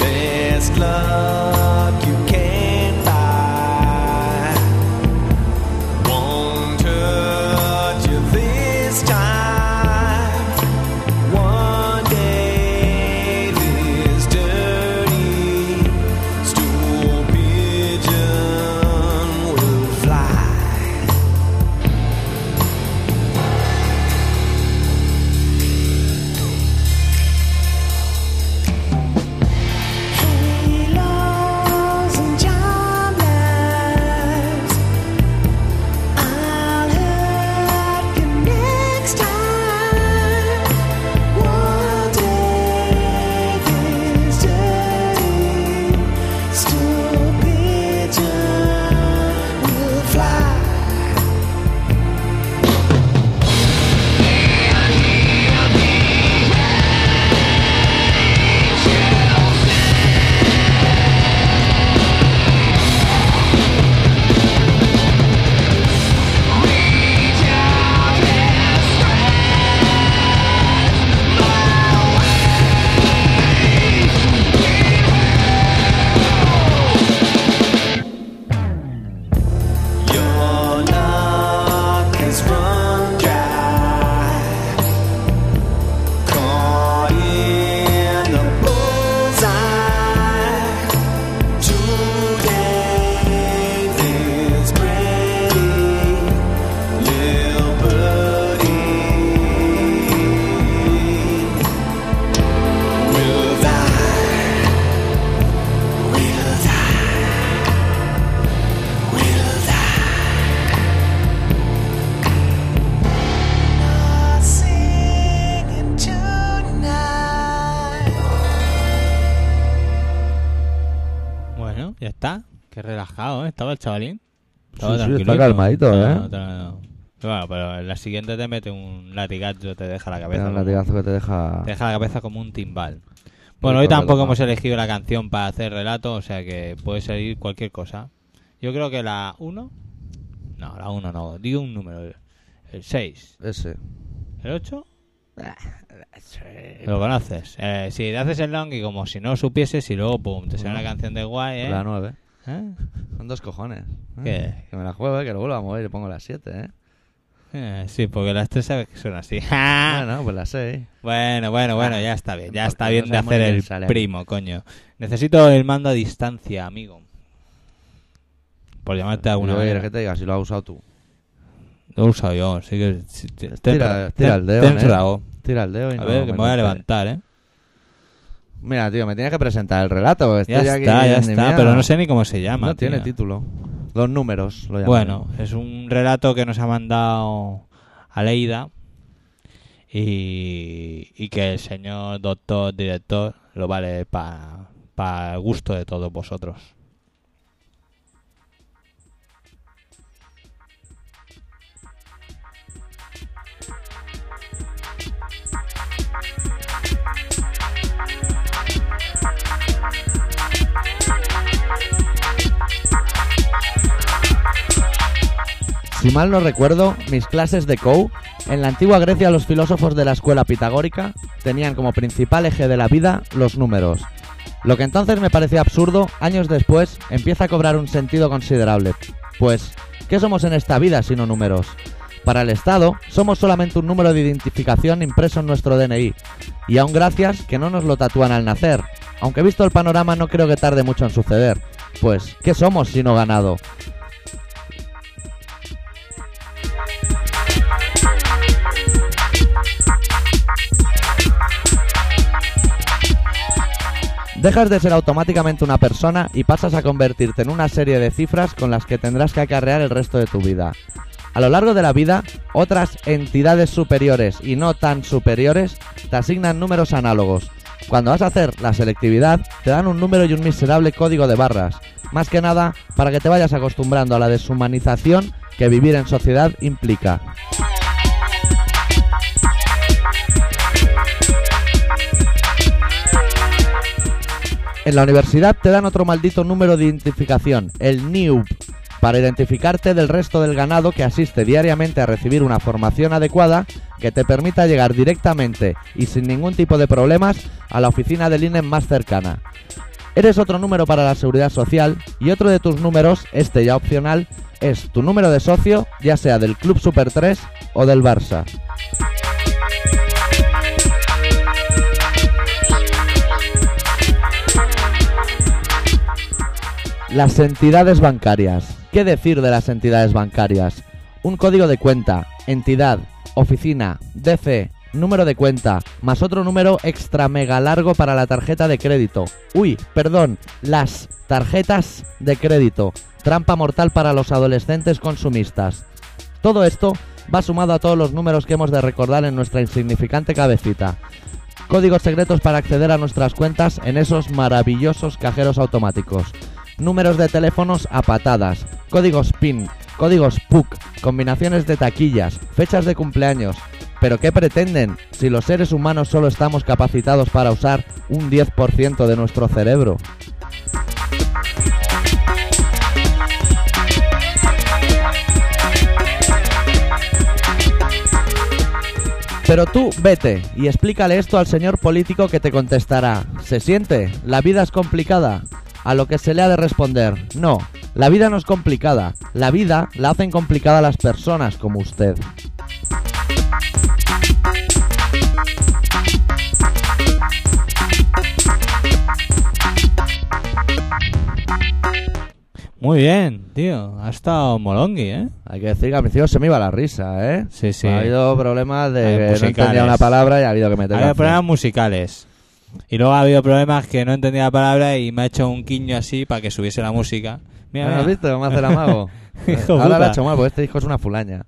E: Best luck you can buy. Won't hurt you this time. One day this dirty stool pigeon will fly.
F: Halos and charm lights. I'll hurt you next time. One day this dirty stool pigeon will fly.
E: Your luck has run dry. Caught in the bullseye. Today this pretty little birdie will die. Will die. Will die.
F: Singing tonight.
B: Bueno, ya está. Qué relajado, ¿eh? Estaba el chavalín. Estaba
A: Sí, sí,
B: tranquilito.
A: está calmadito,
B: No,
A: ¿eh?
B: no, no, no. Bueno, pero en la siguiente te mete un latigazo, te deja la cabeza.
A: Mira el
B: como-
A: latigazo que te deja.
B: Te deja la cabeza como un timbal. Bueno, hoy
A: Puto
B: tampoco
A: reloj.
B: hemos elegido la canción para hacer relato, o sea que puede salir cualquier cosa. Yo creo que la 1. No, la 1 no. Digo un número. El 6.
A: Ese.
B: ¿El 8? Lo conoces. Eh, si le haces el long y como si no lo supieses y luego, pum, te sale una canción de guay, ¿eh?
A: La nueve.
B: ¿Eh?
A: Son dos cojones. ¿eh?
B: ¿Qué?
A: Que me la juego, eh, que lo vuelvo a mover y le pongo las siete, ¿eh?
B: Eh, sí, porque las tres sabes que son así. Ah.
A: Bueno, pues las seis.
B: Bueno, bueno, bueno, ya está bien. Ya
A: Ah, Porque
B: está
A: no
B: bien de
A: sabes muy
B: hacer
A: bien
B: el
A: sale.
B: primo, coño. Necesito el mando a distancia, amigo. Por llamarte de alguna
A: Yo quiero
B: manera.
A: que te diga si lo has usado tú.
B: Lo he usado yo, así que... si- te-
A: Tira,
B: te-
A: tira
B: te-
A: el dedo.
B: te he
A: ¿eh? este-
B: encerrado.
A: Tira el dedo y
B: A
A: no
B: ver, que me voy a
A: contagies.
B: levantar, ¿eh?
A: Mira, tío, me tienes que presentar el relato. Estoy
B: Ya
A: aquí
B: está, ya está,
A: endemoniado.
B: pero no sé ni cómo se llama.
A: No tiene
B: tío.
A: título. Los números, lo llaman.
B: Bueno, es un relato que nos ha mandado Aleida y, y que el señor doctor director lo vale para el gusto de todos vosotros.
A: Si mal no recuerdo, mis clases de Kou, en la antigua Grecia los filósofos de la escuela pitagórica tenían como principal eje de la vida los números. Lo que entonces me parecía absurdo, años después empieza a cobrar un sentido considerable. Pues, ¿qué somos en esta vida sino números? Para el Estado, somos solamente un número de identificación impreso en nuestro DNI. Y aún gracias que no nos lo tatúan al nacer. Aunque visto el panorama no creo que tarde mucho en suceder. Pues, ¿qué somos sino ganado? Dejas de ser automáticamente una persona y pasas a convertirte en una serie de cifras con las que tendrás que acarrear el resto de tu vida. A lo largo de la vida, otras entidades superiores y no tan superiores te asignan números análogos. Cuando vas a hacer la selectividad, te dan un número y un miserable código de barras, más que nada para que te vayas acostumbrando a la deshumanización que vivir en sociedad implica. En la universidad te dan otro maldito número de identificación, el NIUB, para identificarte del resto del ganado que asiste diariamente a recibir una formación adecuada que te permita llegar directamente y sin ningún tipo de problemas a la oficina del INE más cercana. Eres otro número para la seguridad social y otro de tus números, este ya opcional, es tu número de socio, ya sea del Club Super 3 o del Barça. Las entidades bancarias. ¿Qué decir de las entidades bancarias? Un código de cuenta, entidad, oficina, DC, número de cuenta, más otro número extra mega largo para la tarjeta de crédito. Uy, perdón, las tarjetas de crédito. Trampa mortal para los adolescentes consumistas. Todo esto va sumado a todos los números que hemos de recordar en nuestra insignificante cabecita. Códigos secretos para acceder a nuestras cuentas en esos maravillosos cajeros automáticos números de teléfonos a patadas, códigos PIN, códigos PUC, combinaciones de taquillas, fechas de cumpleaños. Pero ¿qué pretenden si los seres humanos solo estamos capacitados para usar un 10% de nuestro cerebro? Pero tú vete y explícale esto al señor político que te contestará. ¿Se siente? ¿La vida es complicada? A lo que se le ha de responder, no, la vida no es complicada, la vida la hacen complicada las personas como usted.
B: Muy bien, tío. Ha estado molongui, ¿eh?
A: Hay que decir que al principio se me iba la risa, ¿eh?
B: Sí, sí.
A: Ha habido problemas de
B: Hay
A: que no
B: musicales.
A: entendía una palabra y ha habido que meter.
B: Ha
A: la
B: habido
A: frase.
B: problemas musicales. Y luego ha habido problemas que no entendía la palabra y me ha hecho un quiño así para que subiese la música. Mira,
A: ¿No
B: mira.
A: ¿Has visto cómo hace el amago?
B: Hijo
A: Ahora lo ha
B: puta.
A: hecho mal, porque este hijo es una fulaña.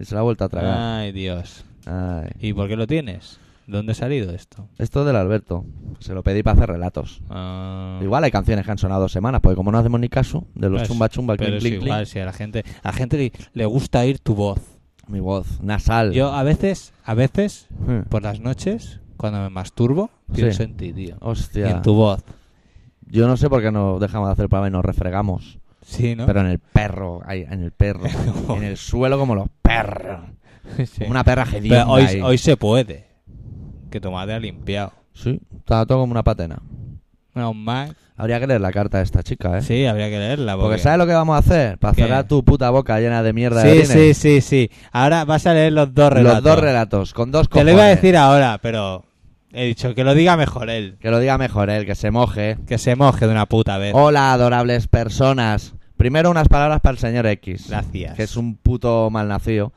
A: Y se la ha vuelto a tragar.
B: Ay, Dios.
A: Ay.
B: ¿Y por qué lo tienes? ¿De ¿Dónde ha salido esto?
A: Esto es del Alberto. Se lo pedí para hacer relatos.
B: Ah.
A: Igual hay canciones que han sonado dos semanas, porque como no hacemos ni caso de los
B: Pues,
A: chumba chumba,
B: Pero
A: clink,
B: es
A: clink,
B: igual,
A: clink,
B: si a la gente, a la gente le, le gusta oír tu voz.
A: mi voz nasal.
B: Yo a veces, a veces,
A: Hmm.
B: por las noches, cuando me masturbo,
A: Sí.
B: pienso en ti, tío. Y
A: Hostia.
B: en tu voz.
A: Yo no sé por qué nos dejamos de hacer programa y nos refregamos.
B: Sí, ¿no?
A: Pero en el perro, ahí, en el perro. en el suelo como los perros.
B: Sí.
A: Como una perra
B: Pero
A: hedionda
B: hoy,
A: ahí.
B: hoy se puede. Que tu madre ha limpiado.
A: Sí, estaba todo como una patena.
B: Menos mal.
A: Habría que leer la carta de esta chica, ¿eh?
B: Sí, habría que leerla.
A: Porque
B: Porque,
A: ¿sabes lo que vamos a hacer? Para
B: ¿Qué?
A: cerrar tu puta boca llena de mierda de
B: Sí,
A: orines.
B: sí, sí, sí. Ahora vas a leer los dos relatos.
A: Los dos relatos, con dos
B: Te
A: cojones.
B: lo iba a decir ahora, pero he dicho que lo diga mejor él.
A: Que lo diga mejor él, que se moje.
B: Que se moje de una puta vez.
A: Hola, adorables personas. Primero unas palabras para el señor X.
B: Gracias.
A: Que es un puto malnacido.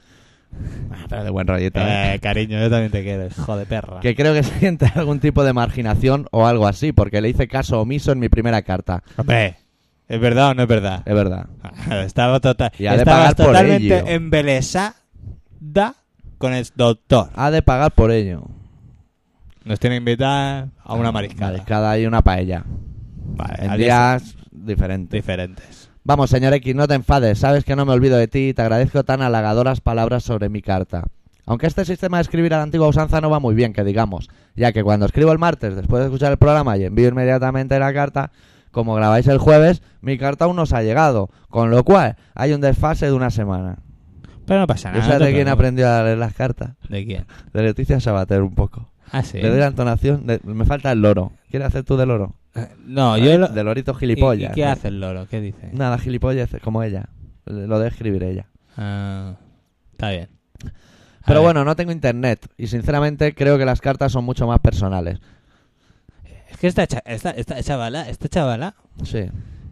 A: Ah, Pero de buen rollito, ¿eh?
B: Eh, cariño, yo también te quiero, hijo de perra.
A: Que creo que siente algún tipo de marginación o algo así, porque le hice caso omiso en mi primera carta.
B: Hombre, ¿Es verdad o no es verdad?
A: Es verdad.
B: Estaba total,
A: Eh. Y ha de
B: estabas
A: pagar por
B: totalmente
A: ello.
B: embelesada con el doctor.
A: Ha de pagar por ello.
B: Nos tiene que invitar a una mariscada.
A: Mariscada Eh, y una paella.
B: Vale,
A: En
B: a días
A: días diferentes.
B: diferentes.
A: Vamos, señor X, no te enfades. Sabes que no me olvido de ti y te agradezco tan halagadoras palabras sobre mi carta. Aunque este sistema de escribir a la antigua usanza no va muy bien, que digamos, ya que cuando escribo el martes después de escuchar el programa y envío inmediatamente la carta, como grabáis el jueves, mi carta aún no os ha llegado, con lo cual hay un desfase de una semana.
B: Pero no pasa
A: ¿Y
B: nada.
A: sabes
B: no te
A: de quién
B: preocupes.
A: aprendió a leer las cartas?
B: ¿De quién?
A: De Leticia Sabater, un poco.
B: Ah, sí.
A: Le doy la entonación, de- me falta el loro. ¿Quieres hacer tú del loro? ¿Eh?
B: No, yo... lo-
A: De lorito
B: ¿Y-
A: gilipollas. ¿eh?
B: ¿Y, qué hace el loro? ¿Qué dice?
A: Nada, gilipollas, como ella. Lo de escribir ella.
B: Ah, está bien. A
A: Pero
B: ver,
A: bueno, no tengo internet y sinceramente creo que las cartas son mucho más personales.
B: Es que esta, cha- esta, esta chavala, esta chavala,
A: Sí.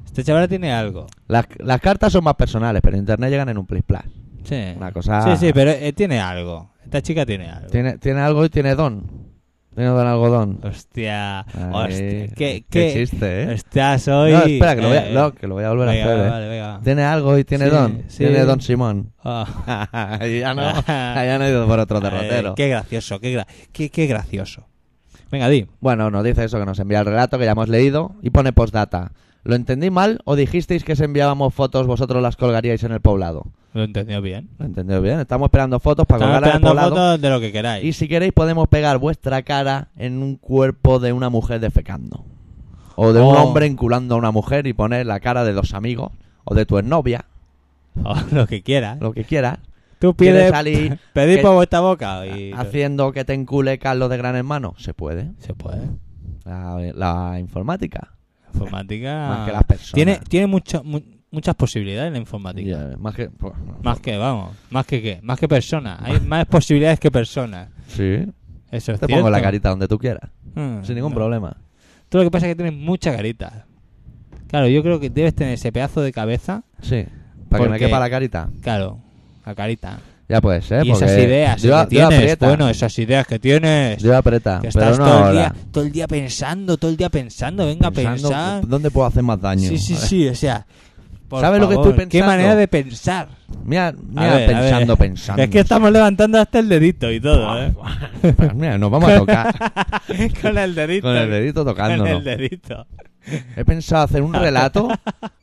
B: esta chavala tiene algo.
A: Las, las cartas son más personales, pero internet llegan en un plis plas.
B: Sí.
A: Una cosa-
B: Sí, sí, pero eh, tiene algo. Esta chica tiene algo.
A: Tiene, tiene algo y tiene don. Tiene don algodón.
B: Hostia.
A: Ay,
B: hostia. ¿Qué,
A: qué chiste, ¿eh?
B: Hostia, soy.
A: No, espera, que lo, voy a,
B: eh,
A: no, que lo voy a volver
B: venga,
A: a hacer.
B: vale,
A: eh.
B: vale, venga.
A: Tiene algo y tiene
B: Sí,
A: don.
B: sí.
A: Tiene don Simón.
B: Ah.
A: ya no, ya no he ido por otro derrotero.
B: Ay, Eh, qué gracioso, qué, gra- qué, qué gracioso. Venga, di.
A: Bueno, nos dice eso, que nos envía el relato que ya hemos leído y pone postdata. ¿Lo entendí mal o dijisteis que si enviábamos fotos vosotros las colgaríais en el poblado?
B: Lo he entendido bien.
A: Lo he entendido bien. Estamos esperando fotos para
B: Estamos
A: colgarlas en el
B: esperando
A: poblado.
B: fotos de lo que
A: Y
B: queráis.
A: si queréis podemos pegar vuestra cara en un cuerpo de una mujer defecando. O de un
B: Oh.
A: hombre enculando a una mujer y poner la cara de dos amigos. O de tu exnovia,
B: O lo que quieras.
A: lo que quieras.
B: Tú
A: ¿Quieres
B: pides.
A: salir?
B: pedís
A: Que-
B: por vuestra boca. Y...
A: Haciendo que te encule Carlos de Gran Hermano. Se puede.
B: Se puede.
A: La, la informática.
B: Informática.
A: Más que las personas.
B: Tiene, tiene mucho- mu- muchas posibilidades la informática.
A: Ya, más que... pues,
B: Más que, vamos. Más que qué. Más que personas. Hay más posibilidades que personas.
A: Sí.
B: Eso es
A: Te
B: cierto.
A: pongo la carita donde tú quieras.
B: Mm,
A: Sin ningún
B: no.
A: problema.
B: Tú lo que pasa es que tienes mucha carita. Claro, yo creo que debes tener ese pedazo de cabeza.
A: Sí. Para que me
B: Porque-
A: quepa la carita.
B: Claro, la carita.
A: Ya puede ser.
B: y esas
A: Eh, porque
B: ideas
A: yo-
B: que
A: yo
B: tienes.
A: aprieta,
B: Bueno, esas ideas que tienes.
A: yo aprieta,
B: que
A: Ah, pero
B: estás
A: no
B: todo, el
A: ahora.
B: día, todo el día pensando, todo el día pensando. Venga,
A: Pensando,
B: pensar.
A: ¿Dónde puedo hacer más daño?
B: Sí, sí, sí, o sea. por
A: ¿Sabes lo que
B: favor,
A: estoy
B: Qué
A: pensando?
B: manera de pensar.
A: Mira,
B: A ver,
A: mira
B: a ver.
A: pensando, pensando.
B: Es que estamos levantando hasta el dedito y todo, ¿eh?
A: Pues mira, nos vamos a tocar
B: Con el dedito.
A: con el dedito
B: Con
A: tocándonos.
B: el dedito.
A: He pensado hacer un relato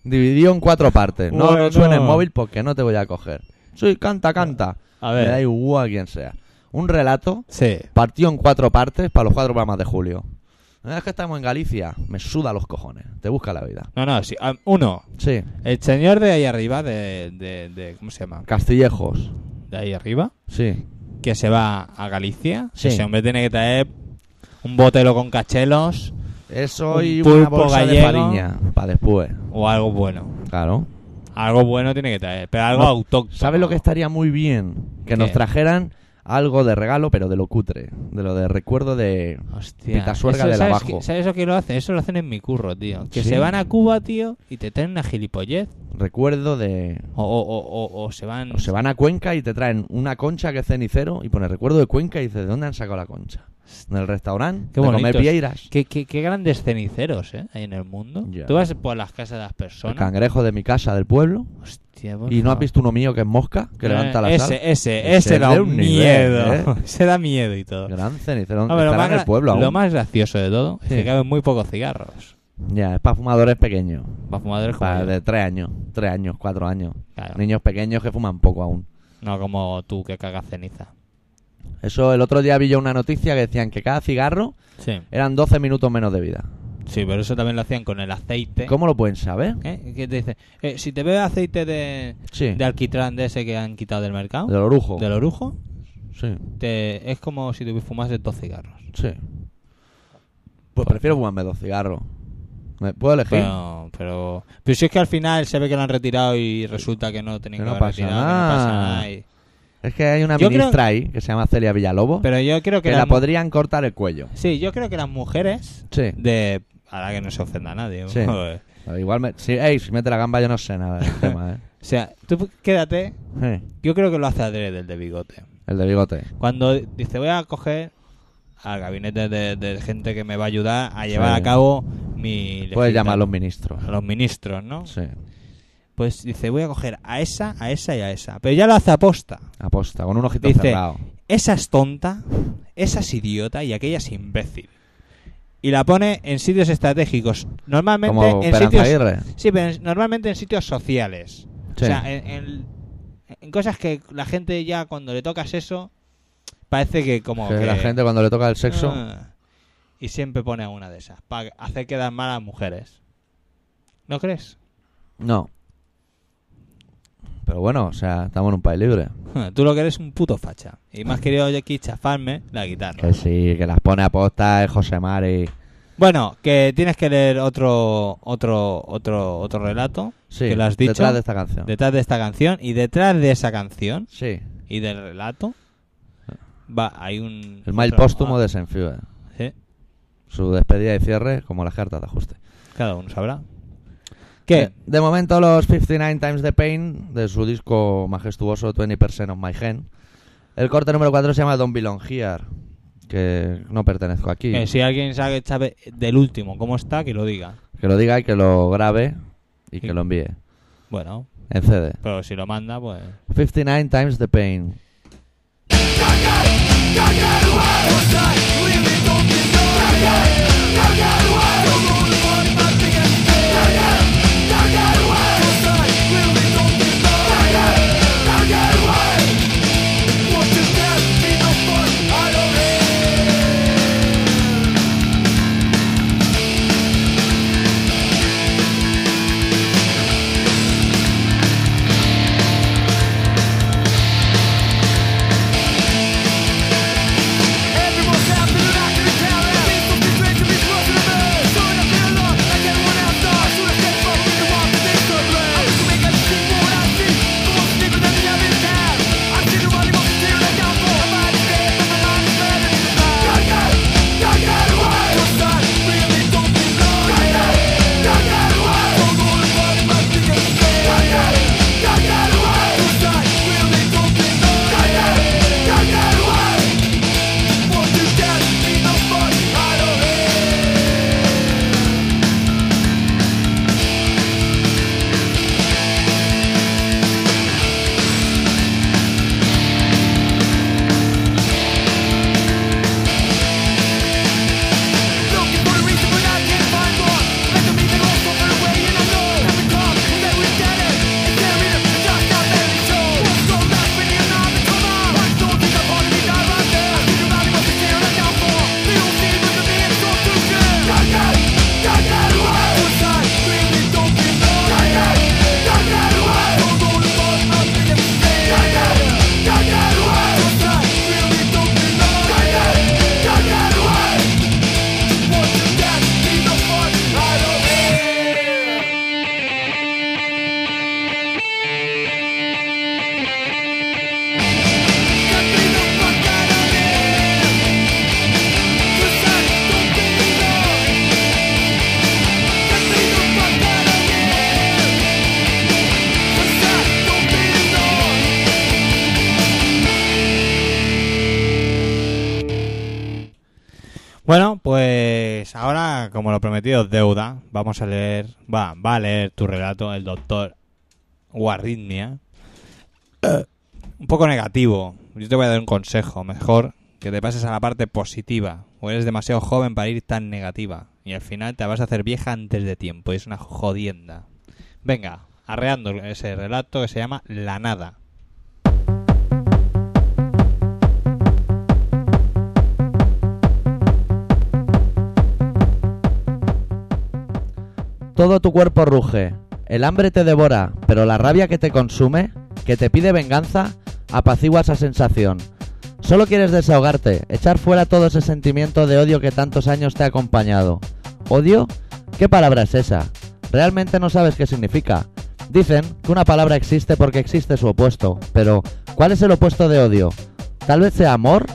A: dividido en cuatro partes. No, no
B: Bueno.
A: suene el móvil porque no te voy a coger. Sí, canta, canta.
B: A ver.
A: Me da igual quien sea. Un relato
B: Sí.
A: partido en cuatro partes para los cuatro programas de julio. Ah, Es que estamos en Galicia. Me suda los cojones. Te busca la vida.
B: No, no, sí. ah, Uno,
A: Sí.
B: El señor de ahí arriba, de, de, de- ¿Cómo se llama?
A: Castillejos.
B: De ahí arriba,
A: Sí.
B: que se va a Galicia.
A: Sí.
B: Ese hombre tiene que traer un botelo con cachelos
A: Eso
B: Un
A: y una
B: pulpo
A: bolsa de
B: gallego.
A: fariña para después.
B: o algo bueno.
A: Claro.
B: Algo bueno tiene que traer, pero algo
A: No,
B: autóctono.
A: ¿Sabes lo que estaría muy bien? Que nos
B: ¿Qué?
A: trajeran algo de regalo, pero de lo cutre. De lo de recuerdo de
B: Hostia.
A: Pitasuerga
B: eso,
A: del
B: ¿sabes
A: abajo.
B: que- ¿Sabes eso que lo hacen? Eso lo hacen en mi curro, tío. Que
A: Sí.
B: se van a Cuba, tío, y te traen una gilipollez.
A: recuerdo de.
B: O, o- o- o- o se van.
A: o se van a Cuenca y te traen una concha que es cenicero y pone recuerdo de Cuenca y dices, ¿de dónde han sacado la concha? En el restaurante,
B: Qué
A: de comer
B: bonitos.
A: vieiras.
B: Qué, qué- qué grandes ceniceros, ¿eh? Hay en el mundo.
A: Ya.
B: Tú vas por las casas de las
A: El
B: personas.
A: cangrejo de mi casa del pueblo.
B: Hostia, por
A: Y no has
B: favor.
A: visto uno mío que es mosca, que
B: Eh,
A: levanta la
B: ese,
A: sal.
B: Ese,
A: Ese
B: ese,
A: es de
B: da
A: un
B: un
A: nivel,
B: miedo.
A: ¿eh?
B: Se da miedo y todo.
A: Gran cenicero.
B: Hombre,
A: estará en
B: gra-
A: el pueblo
B: Ah, lo
A: aún.
B: más gracioso de todo es
A: Sí.
B: que caben muy pocos cigarros.
A: Ya, es para fumadores pequeños.
B: Para fumadores como
A: Para
B: yo.
A: de tres años, tres años, cuatro años.
B: Claro.
A: Niños pequeños que fuman poco aún.
B: No como tú que cagas ceniza.
A: Eso, el otro día vi yo una noticia que decían que cada cigarro
B: Sí.
A: eran 12 minutos menos de vida.
B: Sí, pero eso también lo hacían con el aceite.
A: ¿Cómo lo pueden saber?
B: ¿Eh? ¿Qué te dicen? Eh, si te bebes aceite de,
A: Sí.
B: de alquitrán de ese que han quitado del mercado,
A: Del orujo.
B: del orujo,
A: Sí,
B: te, es como si te fumases dos cigarros.
A: sí. Pues prefiero fumarme dos cigarros. ¿Me puedo elegir?
B: Pero, pero, pero si es que al final se ve que lo han retirado y resulta que no tenían
A: Que
B: que,
A: no
B: haber
A: pasa
B: retirado, que no
A: nada.
B: pasa nada y-
A: Es que hay una
B: Yo
A: ministra
B: creo-
A: ahí que se llama Celia Villalobos
B: Pero yo creo que,
A: que
B: las
A: la
B: mu-
A: podrían cortar el cuello.
B: Sí, yo creo que las mujeres
A: Sí.
B: de ahora que no se ofenda a nadie.
A: Sí.
B: joder.
A: Igual me... Si, ey, si mete la gamba yo no sé nada del tema, ¿eh?
B: O sea, tú quédate,
A: Sí,
B: yo creo que lo hace adrede el de bigote.
A: El de bigote.
B: Cuando dice voy a coger al gabinete de, de gente que me va a ayudar a llevar
A: Sí.
B: a cabo mi
A: Puedes
B: lejita-
A: llamar a los ministros.
B: a los ministros, ¿no?
A: Sí,
B: Pues dice, voy a coger a esa, a esa y a esa. Pero ya lo hace aposta.
A: aposta, con un ojito
B: Dice,
A: cerrado.
B: Esa es tonta, esa es idiota y aquella es imbécil. Y la pone en sitios estratégicos. Normalmente
A: Como
B: en sitios.
A: Esperanza Aguirre.
B: Sí, pero en- normalmente en sitios sociales.
A: Sí.
B: O sea, en, en- en cosas que la gente ya cuando le tocas eso, parece que como.
A: Que
B: que-
A: la gente cuando le toca el sexo.
B: Ah. y siempre pone a una de esas. Para hacer quedar mal a las mujeres. ¿No crees?
A: No. Pero bueno, o sea, estamos en un país libre.
B: Tú lo que eres un puto facha. Y
A: Ah.
B: me has querido hoy aquí chafarme la guitarra.
A: Que sí, que las pone a posta el José Mari.
B: Bueno, que tienes que leer otro otro otro otro relato
A: Sí,
B: que lo has dicho
A: detrás de esta canción.
B: detrás de esta canción y detrás de esa canción
A: Sí,
B: y del relato va hay un
A: el mail
B: otro-
A: póstumo
B: ah,
A: de Senfue.
B: sí,
A: Su despedida y cierre, como las cartas de ajuste.
B: cada uno sabrá. ¿Qué?
A: De momento, los 59 Times the Pain de su disco majestuoso 20% of My Gen. El corte número 4 se llama Don't Belong Here, que no pertenezco aquí.
B: Que si alguien sabe, sabe del último cómo está que lo diga.
A: Que lo diga y que lo grabe y
B: Sí.
A: que lo envíe
B: Bueno,
A: en CD.
B: pero si lo manda pues
A: 59 Times the Pain.
B: Bueno, pues ahora, como lo prometido es deuda, vamos a leer, va, va a leer tu relato, el doctor Guarritmia. Un poco negativo. Yo te voy a dar un consejo. Mejor que te pases a la parte positiva. O eres demasiado joven para ir tan negativa. Y al final te vas a hacer vieja antes de tiempo. Es una jodienda. Venga, arreando ese relato que se llama La Nada.
A: Todo tu cuerpo ruge, el hambre te devora, pero la rabia que te consume, que te pide venganza, apacigua esa sensación. Solo quieres desahogarte, echar fuera todo ese sentimiento de odio que tantos años te ha acompañado. ¿Odio? ¿Qué palabra es esa? Realmente no sabes qué significa. Dicen que una palabra existe porque existe su opuesto, pero ¿cuál es el opuesto de odio? ¿Tal vez sea amor?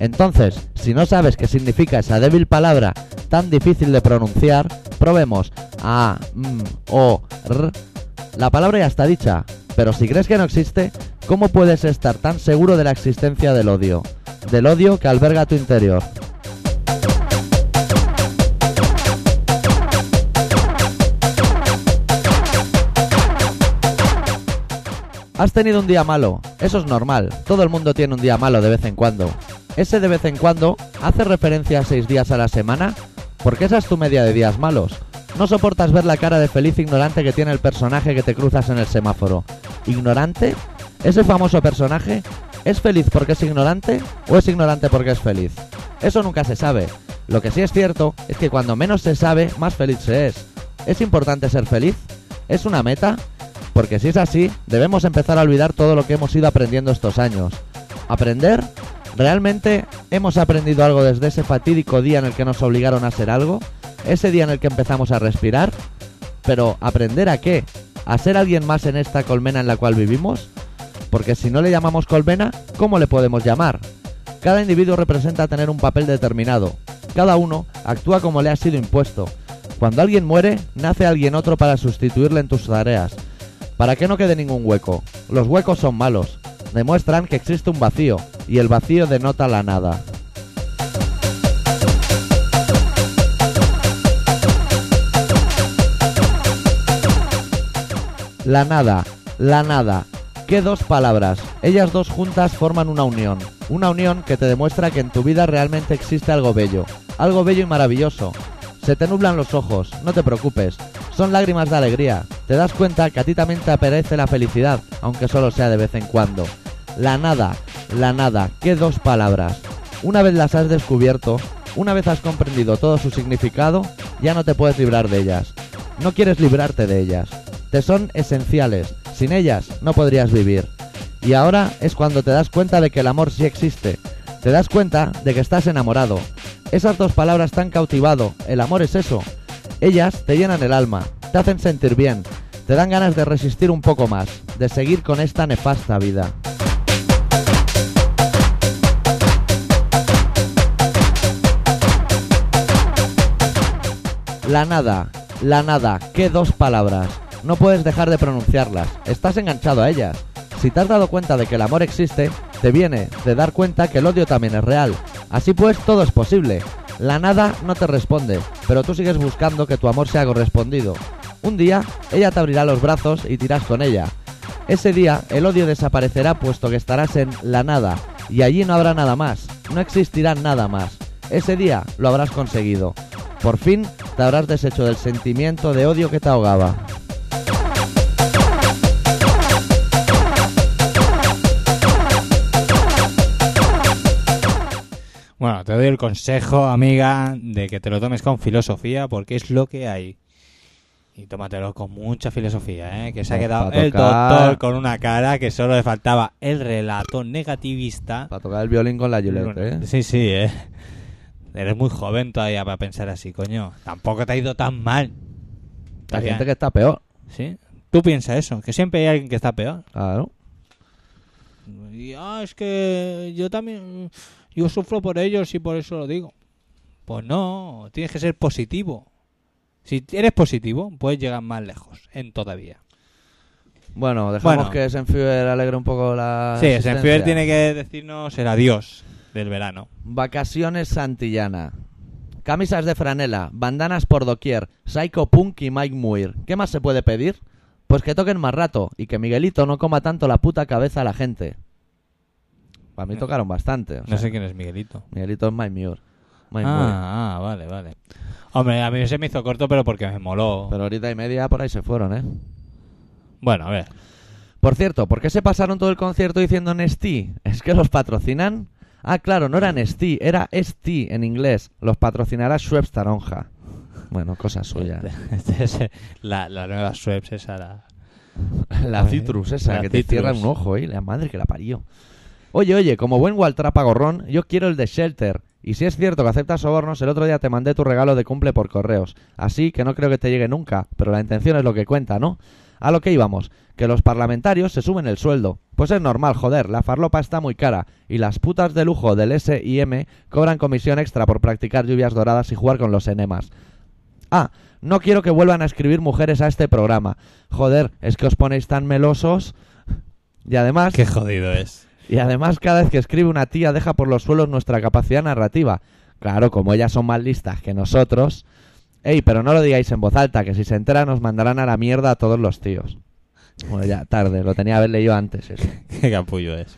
A: Entonces, si no sabes qué significa esa débil palabra tan difícil de pronunciar, probemos a, m, o, r. La palabra ya está dicha, pero si crees que no existe, ¿cómo puedes estar tan seguro de la existencia del odio? Del odio que alberga tu interior. Has tenido un día malo, eso es normal, todo el mundo tiene un día malo de vez en cuando. Ese de vez en cuando hace referencia a seis días a la semana, porque esa es tu media de días malos. No soportas ver la cara de feliz ignorante que tiene el personaje que te cruzas en el semáforo. ¿Ignorante? ¿Ese famoso personaje es feliz porque es ignorante o es ignorante porque es feliz? Eso nunca se sabe. Lo que sí es cierto es que cuando menos se sabe, más feliz se es. ¿Es importante ser feliz? ¿Es una meta? Porque si es así, debemos empezar a olvidar todo lo que hemos ido aprendiendo estos años. ¿Aprender? ¿Realmente hemos aprendido algo desde ese fatídico día en el que nos obligaron a hacer algo? ¿Ese día en el que empezamos a respirar? Pero ¿aprender a qué? ¿A ser alguien más en esta colmena en la cual vivimos? Porque si no le llamamos colmena, ¿cómo le podemos llamar? Cada individuo representa tener un papel determinado. Cada uno actúa como le ha sido impuesto. Cuando alguien muere, nace alguien otro para sustituirle en tus tareas. Para que no quede ningún hueco. Los huecos son malos. Demuestran que existe un vacío, y el vacío denota la nada. La nada, la nada. ¿Qué dos palabras? Ellas dos juntas forman una unión. Una unión que te demuestra que en tu vida realmente existe algo bello. Algo bello y maravilloso. Se te nublan los ojos, no te preocupes. Son lágrimas de alegría. Te das cuenta que a ti también te aparece la felicidad, aunque solo sea de vez en cuando. La nada, la nada, qué dos palabras. Una vez las has descubierto, una vez has comprendido todo su significado, ya no te puedes librar de ellas. No quieres librarte de ellas. Te son esenciales. Sin ellas no podrías vivir. Y ahora es cuando te das cuenta de que el amor sí existe. Te das cuenta de que estás enamorado. Esas dos palabras te han cautivado. El amor es eso. Ellas te llenan el alma, te hacen sentir bien, te dan ganas de resistir un poco más, de seguir con esta nefasta vida. La nada, la nada, qué dos palabras. No puedes dejar de pronunciarlas, estás enganchado a ellas. Si te has dado cuenta de que el amor existe, te viene de dar cuenta que el odio también es real. Así pues, todo es posible. La nada no te responde, pero tú sigues buscando que tu amor sea correspondido. Un día, ella te abrirá los brazos y tirás con ella. Ese día, el odio desaparecerá puesto que estarás en la nada, y allí no habrá nada más, no existirá nada más. Ese día lo habrás conseguido. Por fin te habrás deshecho del sentimiento de odio que te ahogaba.
B: Bueno, te doy el consejo, amiga, de que te lo tomes con filosofía porque es lo que hay. Y tómatelo con mucha filosofía, ¿eh? Que se ha
A: Pues
B: quedado
A: pa'
B: el
A: tocar.
B: doctor con una cara que solo le faltaba el relato negativista.
A: Para tocar el violín con la Juliet,
B: Bueno,
A: ¿eh?
B: Sí, sí, ¿eh? Eres muy joven todavía para pensar así, coño. Tampoco te ha ido tan mal. Está
A: Hay
B: bien.
A: gente que está peor.
B: ¿Sí? Tú piensas eso, que siempre hay alguien que está peor.
A: Claro.
B: Y, ah, es que yo también, yo sufro por ellos y por eso lo digo. Pues no, tienes que ser positivo. Si eres positivo, puedes llegar más lejos, en todavía.
A: Bueno, dejamos
B: Bueno.
A: que Senfuer alegre un poco la.
B: Sí,
A: asistencia.
B: Senfier tiene que decirnos el adiós del verano.
A: Vacaciones Santillana. Camisas de franela, bandanas por doquier, Psycho Punk y Mike Muir. ¿Qué más se puede pedir? Pues que toquen más rato y que Miguelito no coma tanto la puta cabeza a la gente. Para mí tocaron bastante. o
B: Eh, No
A: sea,
B: sé quién es Miguelito.
A: Miguelito es Mike Muir. Mike Muir.
B: Ah, ah, vale, vale. Hombre, a mí se me hizo corto, pero porque me moló.
A: Pero ahorita y media por ahí se fueron, ¿eh?
B: Bueno, a ver.
A: Por cierto, ¿por qué se pasaron todo el concierto diciendo Nestí? ¿Es que los patrocinan? Ah, claro, no era Nestí, era Esti en inglés. Los patrocinará Schweppes Taronja. Bueno, cosa suya.
B: Este es, eh, la, la nueva Schweppes esa, la,
A: La
B: Ay,
A: citrus esa,
B: la
A: que te
B: citrus.
A: cierra un ojo, ¿eh? La madre que la parió. Oye, oye, como buen Waltrapa gorrón, yo quiero el de Shelter. Y si es cierto que aceptas sobornos, el otro día te mandé tu regalo de cumple por correos. Así que no creo que te llegue nunca, pero la intención es lo que cuenta, ¿no? A lo que íbamos, que los parlamentarios se suben el sueldo. Pues es normal, joder, la farlopa está muy cara, y las putas de lujo del SIM cobran comisión extra por practicar lluvias doradas y jugar con los enemas. Ah, no quiero que vuelvan a escribir mujeres a este programa. Joder, es que os ponéis tan melosos. Y además,
B: Qué jodido es.
A: y además cada vez que escribe una tía deja por los suelos nuestra capacidad narrativa. Claro, como ellas son más listas que nosotros. Ey, pero no lo digáis en voz alta, que si se enteran os mandarán a la mierda a todos los tíos. Bueno, ya tarde, lo tenía que haber leído antes eso.
B: Qué capullo es.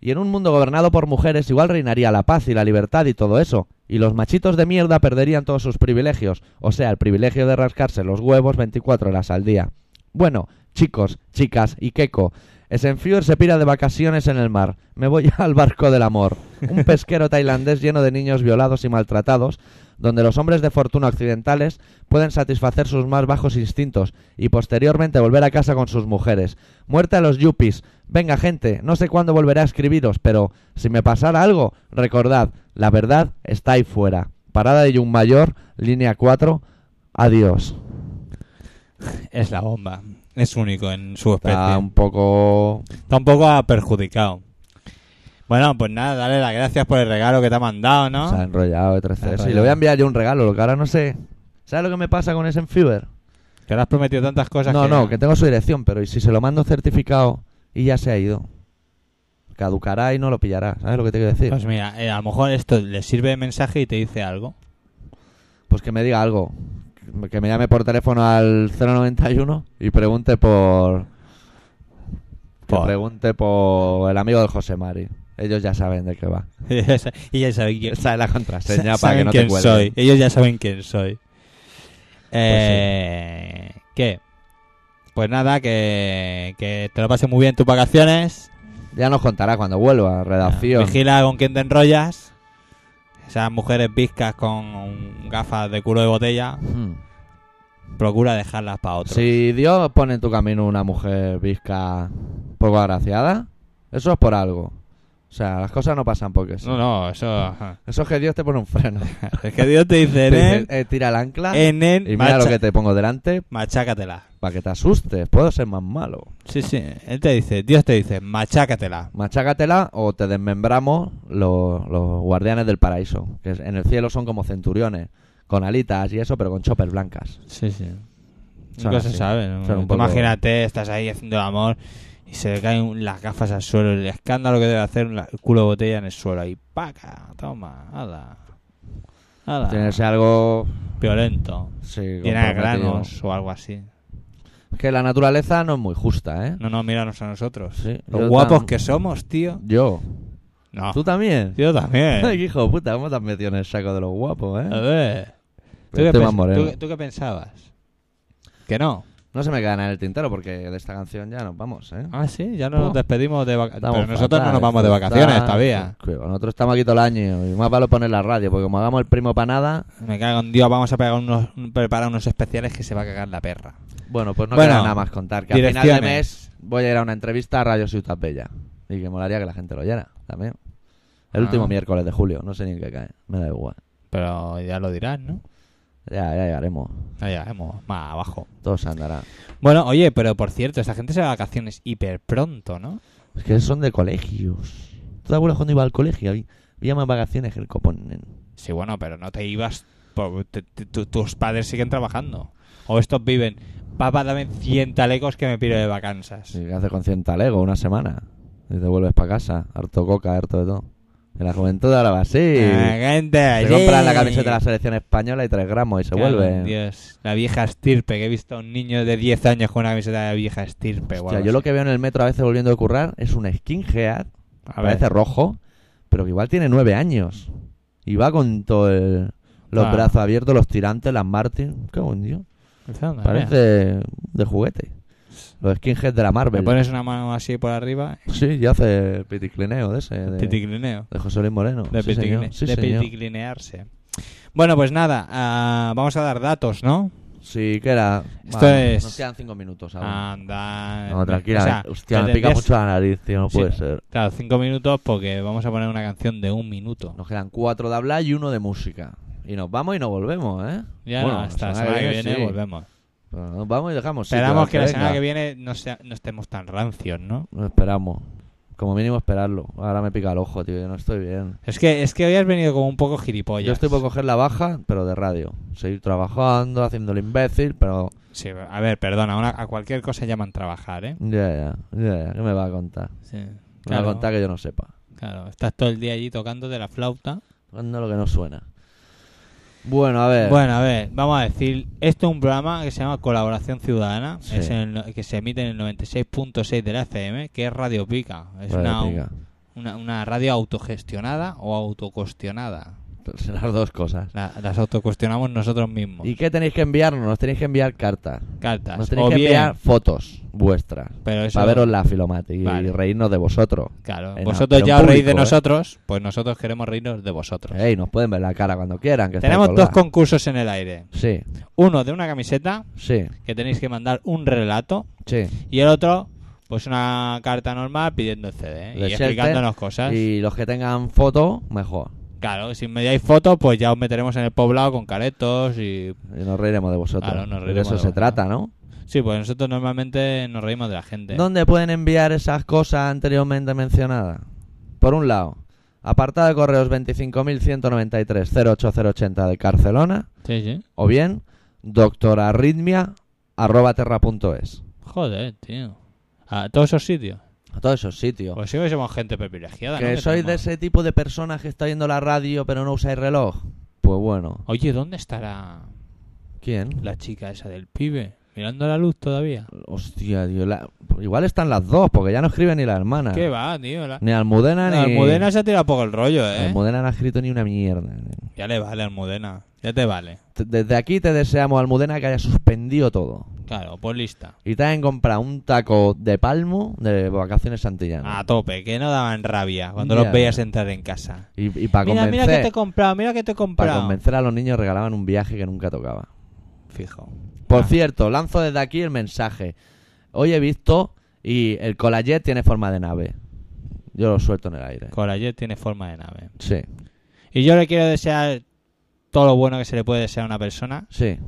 A: Y en un mundo gobernado por mujeres igual reinaría la paz y la libertad y todo eso. Y los machitos de mierda perderían todos sus privilegios, o sea, el privilegio de rascarse los huevos 24 horas al día. Bueno, chicos, chicas y Keko, Esenfior se pira de vacaciones en el mar. Me voy al barco del amor. Un pesquero tailandés lleno de niños violados y maltratados, donde los hombres de fortuna occidentales pueden satisfacer sus más bajos instintos y posteriormente volver a casa con sus mujeres. Muerte a los yuppies. Venga, gente, no sé cuándo volveré a escribiros, pero si me pasara algo, recordad, la verdad está ahí fuera. Parada de Yumayor, línea 4. Adiós.
B: Es la bomba. Es único en su especie.
A: Está un poco.
B: Tampoco ha perjudicado. Bueno, pues nada, dale las gracias por el regalo que te ha mandado, ¿no?
A: Se ha enrollado, etc.
B: Ah. Se ha
A: Sí,
B: enrollado.
A: le voy a enviar yo un regalo, lo que ahora no sé. ¿Sabes lo que me pasa con ese Fever?
B: que le has prometido tantas cosas
A: No,
B: que...
A: no, que tengo su dirección, pero ¿y si se lo mando certificado y ya se ha ido? Caducará y no lo pillará, ¿sabes lo que te quiero decir?
B: Pues mira, eh, a lo mejor esto le sirve de mensaje y te dice algo.
A: Pues que me diga algo. Que me llame por teléfono al 091 y pregunte por. que
B: Por.
A: pregunte por el amigo del José Mari. Ellos ya saben de qué va.
B: y ya sa- y ya saben quién,
A: Esa es la contraseña
B: sa-
A: para que
B: saben
A: no te Pues
B: quién soy.
A: cuelguen.
B: Ellos ya saben quién soy. Eh, ¿Qué? Pues nada, que, que te lo pases muy bien tus vacaciones.
A: Ya nos contará cuando vuelva, redacción.
B: Vigila con quién te enrollas. Esas mujeres bizcas con gafas de culo de botella,
A: Hmm.
B: procura dejarlas para otros.
A: Si Dios pone en tu camino una mujer visca poco agraciada, eso es por algo. O sea, las cosas no pasan porque sí.
B: No, no, eso. ajá.
A: Eso es que Dios te pone un freno.
B: Es que Dios te dice,
A: Te dice,
B: Enen,
A: eh, tira el ancla
B: Enen,
A: y mira
B: macha-
A: lo que te pongo delante
B: machácatela.
A: para que te asustes. Puedo ser más malo.
B: Sí, sí, él te dice, Dios te dice, machácatela.
A: Machácatela o te desmembramos lo- los guardianes del paraíso. Que es- en el cielo son como centuriones, con alitas y eso, pero con choppers blancas.
B: Sí, sí.
A: Son
B: Nunca se
A: así.
B: sabe, ¿no?
A: Son un
B: Tú
A: poco-
B: Imagínate, estás ahí haciendo el amor y se le caen las gafas al suelo. El escándalo que debe hacer la- el culo de botella en el suelo. Ahí, paca, toma, ala. Ala.
A: Tiene que ser algo.
B: Violento. Ah.
A: Sí,
B: Tiene
A: comprometido.
B: granos o algo así.
A: Que la naturaleza no es muy justa, ¿eh?
B: No, no, míranos a nosotros.
A: Sí, yo
B: Los guapos
A: tam-
B: que somos, tío.
A: Yo.
B: No.
A: ¿Tú también?
B: Yo
A: Ay,
B: también.
A: hijo de puta, ¿cómo te has metido en el saco de los guapos,
B: A
A: eh?
B: ver. ¿Tú
A: Pero
B: qué,
A: estoy
B: pens-
A: más moreno.
B: tú qué- tú qué pensabas? Que no.
A: No se me queda nada en el tintero porque de esta canción ya nos vamos, eh.
B: Ah, sí, ya no nos
A: Oh.
B: despedimos de vacaciones. Pero nosotros
A: fatal, ¿eh?
B: no nos vamos de
A: fatal.
B: vacaciones todavía.
A: Cuidado, Nosotros estamos aquí todo el año y más vale poner la radio porque como hagamos el primo para nada,
B: Me cago en Dios, vamos a pegar unos, un- preparar unos especiales que se va a cagar la perra.
A: bueno, pues no
B: Bueno,
A: queda nada más contar. Que a final de
B: direcciones.
A: mes voy a ir a una entrevista a Radio Ciudad Bella y que molaría que la gente lo oyera también. El
B: Ah.
A: último miércoles de julio, no sé ni en qué cae, me da igual.
B: Pero ya lo dirás, ¿no?
A: Ya, ya llegaremos,
B: Allá, hemos más abajo.
A: todo se andará.
B: Bueno, oye, pero por cierto, esta gente se va de vacaciones hiper pronto, ¿no?
A: Es que son de colegios. ¿Tú te acuerdas cuando iba al colegio? Había- Había más vacaciones que el copón. nen.
B: Sí, bueno, pero no te ibas. po- te- te- tu- tus padres siguen trabajando. O estos viven. Papá, dame 100 talecos que me piro de vacanzas.
A: Sí, ¿Qué haces con 100 talegos? Una semana. Y te vuelves para casa. Harto coca, harto de todo. En la juventud ahora va así.
B: Ah, gente,
A: Se
B: sí.
A: compran la camiseta de la selección española y 3 gramos y se
B: Cago en
A: vuelve.
B: Dios, la vieja estirpe, que he visto a un niño de 10 años con una camiseta de la vieja estirpe. o
A: Hostia,
B: algo
A: yo lo
B: así.
A: que veo en el metro a veces volviendo de currar es un skinhead.
B: A ver.
A: Parece rojo, pero que igual tiene 9 años. Y va con todo el- Los
B: Ah.
A: brazos abiertos, los tirantes, las Martin. Qué buen dios.
B: Esa no la veo.
A: Parece de juguete. Los skinheads de la
B: Me
A: Marvel.
B: pones una mano así por arriba,
A: Sí, y hace piticlineo de ese. Eh, De,
B: piticlineo.
A: de José Luis Moreno.
B: De,
A: sí, señor.
B: piticline-
A: Sí,
B: de
A: señor.
B: piticlinearse. Bueno, pues nada, ah, vamos a dar datos, ¿no?
A: Sí, que era.
B: Esto
A: Vale,
B: es-
A: Nos quedan cinco minutos aún.
B: Anda. eh,
A: no, tranquila. eh.
B: o sea,
A: Hostia, me
B: te
A: pica
B: tendrías-
A: mucho la nariz, tío. No
B: Sí.
A: puede ser.
B: Claro, cinco minutos porque vamos a poner una canción de un minuto.
A: Nos quedan cuatro de hablar y uno de música. Y nos vamos y nos volvemos, ¿eh?
B: Ya
A: Bueno,
B: no, hasta la semana que viene
A: sí.
B: volvemos.
A: Pero nos vamos y dejamos. sitio
B: Esperamos
A: al
B: que la semana
A: venga.
B: que viene no, sea- no estemos tan rancios, ¿no?
A: No esperamos. Como mínimo esperarlo. Ahora me pica el ojo, tío. Yo no estoy bien.
B: Es que, es que hoy has venido como un poco gilipollas.
A: Yo estoy por coger la baja, pero de radio. Seguir trabajando, haciendo el imbécil, pero.
B: Sí, a ver, perdona, una- a cualquier cosa llaman trabajar, ¿eh?
A: Ya, ya, ya, ya. ¿Qué me va a contar?
B: Sí.
A: Me va
B: Claro,
A: a contar que yo no sepa.
B: claro, estás todo el día allí tocando de la flauta.
A: Cuando lo que no suena. Bueno, a ver.
B: Bueno, a ver, vamos a decir, esto es un programa que se llama Colaboración Ciudadana,
A: Sí.
B: es en el no- que se emite en el 96.6 de la FM, que es Radio Pica, es
A: Radio
B: una,
A: Pica.
B: una- una radio autogestionada o autocuestionada.
A: Pues las dos cosas.
B: La- las autocuestionamos nosotros mismos.
A: ¿Y qué tenéis que enviarnos? Nos tenéis que enviar cartas.
B: Cartas.
A: Nos tenéis
B: o
A: que
B: bien,
A: enviar fotos vuestras.
B: Pero eso-
A: Para veros la filomate y
B: Vale.
A: reírnos de vosotros.
B: claro,
A: En-
B: vosotros
A: pero
B: ya
A: en
B: os reís de
A: público, ¿eh?
B: nosotros, pues nosotros queremos reírnos de vosotros.
A: Ey, nos pueden ver la cara cuando quieran. Que está
B: Tenemos dos
A: colgada.
B: concursos en el aire.
A: Sí,
B: Uno de una camiseta,
A: sí,
B: que tenéis que mandar un relato
A: sí.
B: Y el otro, pues una carta normal pidiendo el CD y
A: De Shelter.
B: explicándonos cosas.
A: Y los que tengan foto, mejor.
B: Claro, si me dais fotos, pues ya os meteremos en el poblado con caretos y...
A: Y Eh, nos reiremos de vosotros.
B: Claro, nos
A: De
B: reiremos
A: eso
B: de
A: se
B: vosotros.
A: trata, ¿no?
B: Sí, pues nosotros normalmente nos reímos de la gente.
A: ¿Dónde pueden enviar esas cosas anteriormente mencionadas? Por un lado, apartado de correos 25.193-08080 de Barcelona,
B: Sí, sí.
A: o bien doctorarritmia.terra.es.
B: Joder, tío. A todos esos sitios.
A: A todos esos sitios.
B: Pues sí que somos gente privilegiada, ¿no?
A: que
B: Que
A: sois de
B: tenemos-
A: ese tipo de personas que está oyendo la radio pero no usáis reloj. Pues bueno,
B: Oye, ¿dónde estará
A: ¿quién?
B: la chica esa del pibe? Mirando la luz todavía.
A: Hostia, tío, la- igual están las dos, porque ya no escribe ni la hermana.
B: ¿Qué va, tío? La...
A: Ni Almudena
B: la
A: ni.
B: Almudena se ha tirado poco el rollo, ¿eh?
A: Almudena no ha escrito ni una mierda. tío.
B: Ya le vale, Almudena. Ya te vale.
A: T- Desde aquí te deseamos, Almudena, que haya suspendido todo.
B: Claro, pues lista.
A: Y te hayan comprado un taco de palmo de vacaciones santillanas.
B: A tope, que no daban rabia cuando
A: Ya.
B: los veías entrar en casa.
A: y y para
B: mira,
A: convencer,
B: mira que te he comprado, mira que te he
A: para
B: comprado.
A: convencer a los niños regalaban un viaje que nunca tocaba.
B: Fijo.
A: Por
B: Ah,
A: cierto, lanzo desde aquí el mensaje. Hoy he visto y el Colajet tiene forma de nave. Yo lo suelto en el aire.
B: Corajet tiene forma de nave.
A: Sí,
B: Y yo le quiero desear todo lo bueno que se le puede desear a una persona
A: sí,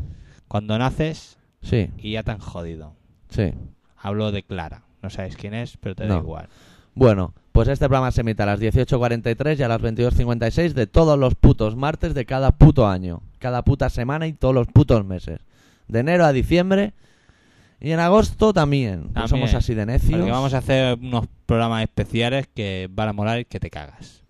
B: cuando naces
A: sí,
B: y ya tan jodido.
A: sí.
B: Hablo de Clara. No sabes quién es, pero te
A: No.
B: da igual.
A: Bueno, pues este programa se emite a las 18.43 y a las 22.56 de todos los putos martes de cada puto año, cada puta semana y todos los putos meses. De enero a diciembre y en agosto también. No
B: También.
A: somos así de necios.
B: Porque vamos a hacer unos programas especiales que van a molar que te cagas.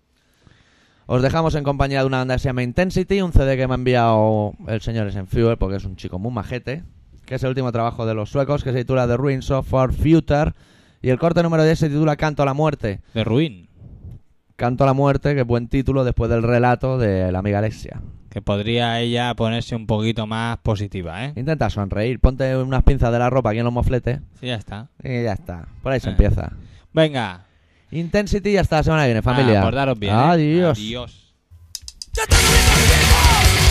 A: Os dejamos en compañía de una banda que se llama Intensity, un CD que me ha enviado el señor Senfuel porque es un chico muy majete, que es el último trabajo de los suecos que se titula The Ruins of Our Future y el corte número 10 se titula Canto a la muerte.
B: De ruin.
A: Canto a la muerte, que es buen título después del relato de la amiga Alexia.
B: Que podría ella ponerse un poquito más positiva, ¿eh?
A: Intenta sonreír, ponte unas pinzas de la ropa aquí en los mofletes
B: Sí, ya está.
A: y ya está. Por ahí se
B: Eh.
A: empieza.
B: Venga.
A: Intensity y
B: Ah, pues ¿eh?
A: hasta la semana que viene, familia.
B: Acordaros bien. ¿eh?
A: Adiós.
B: Adiós.
D: Yo tengo mis amigos,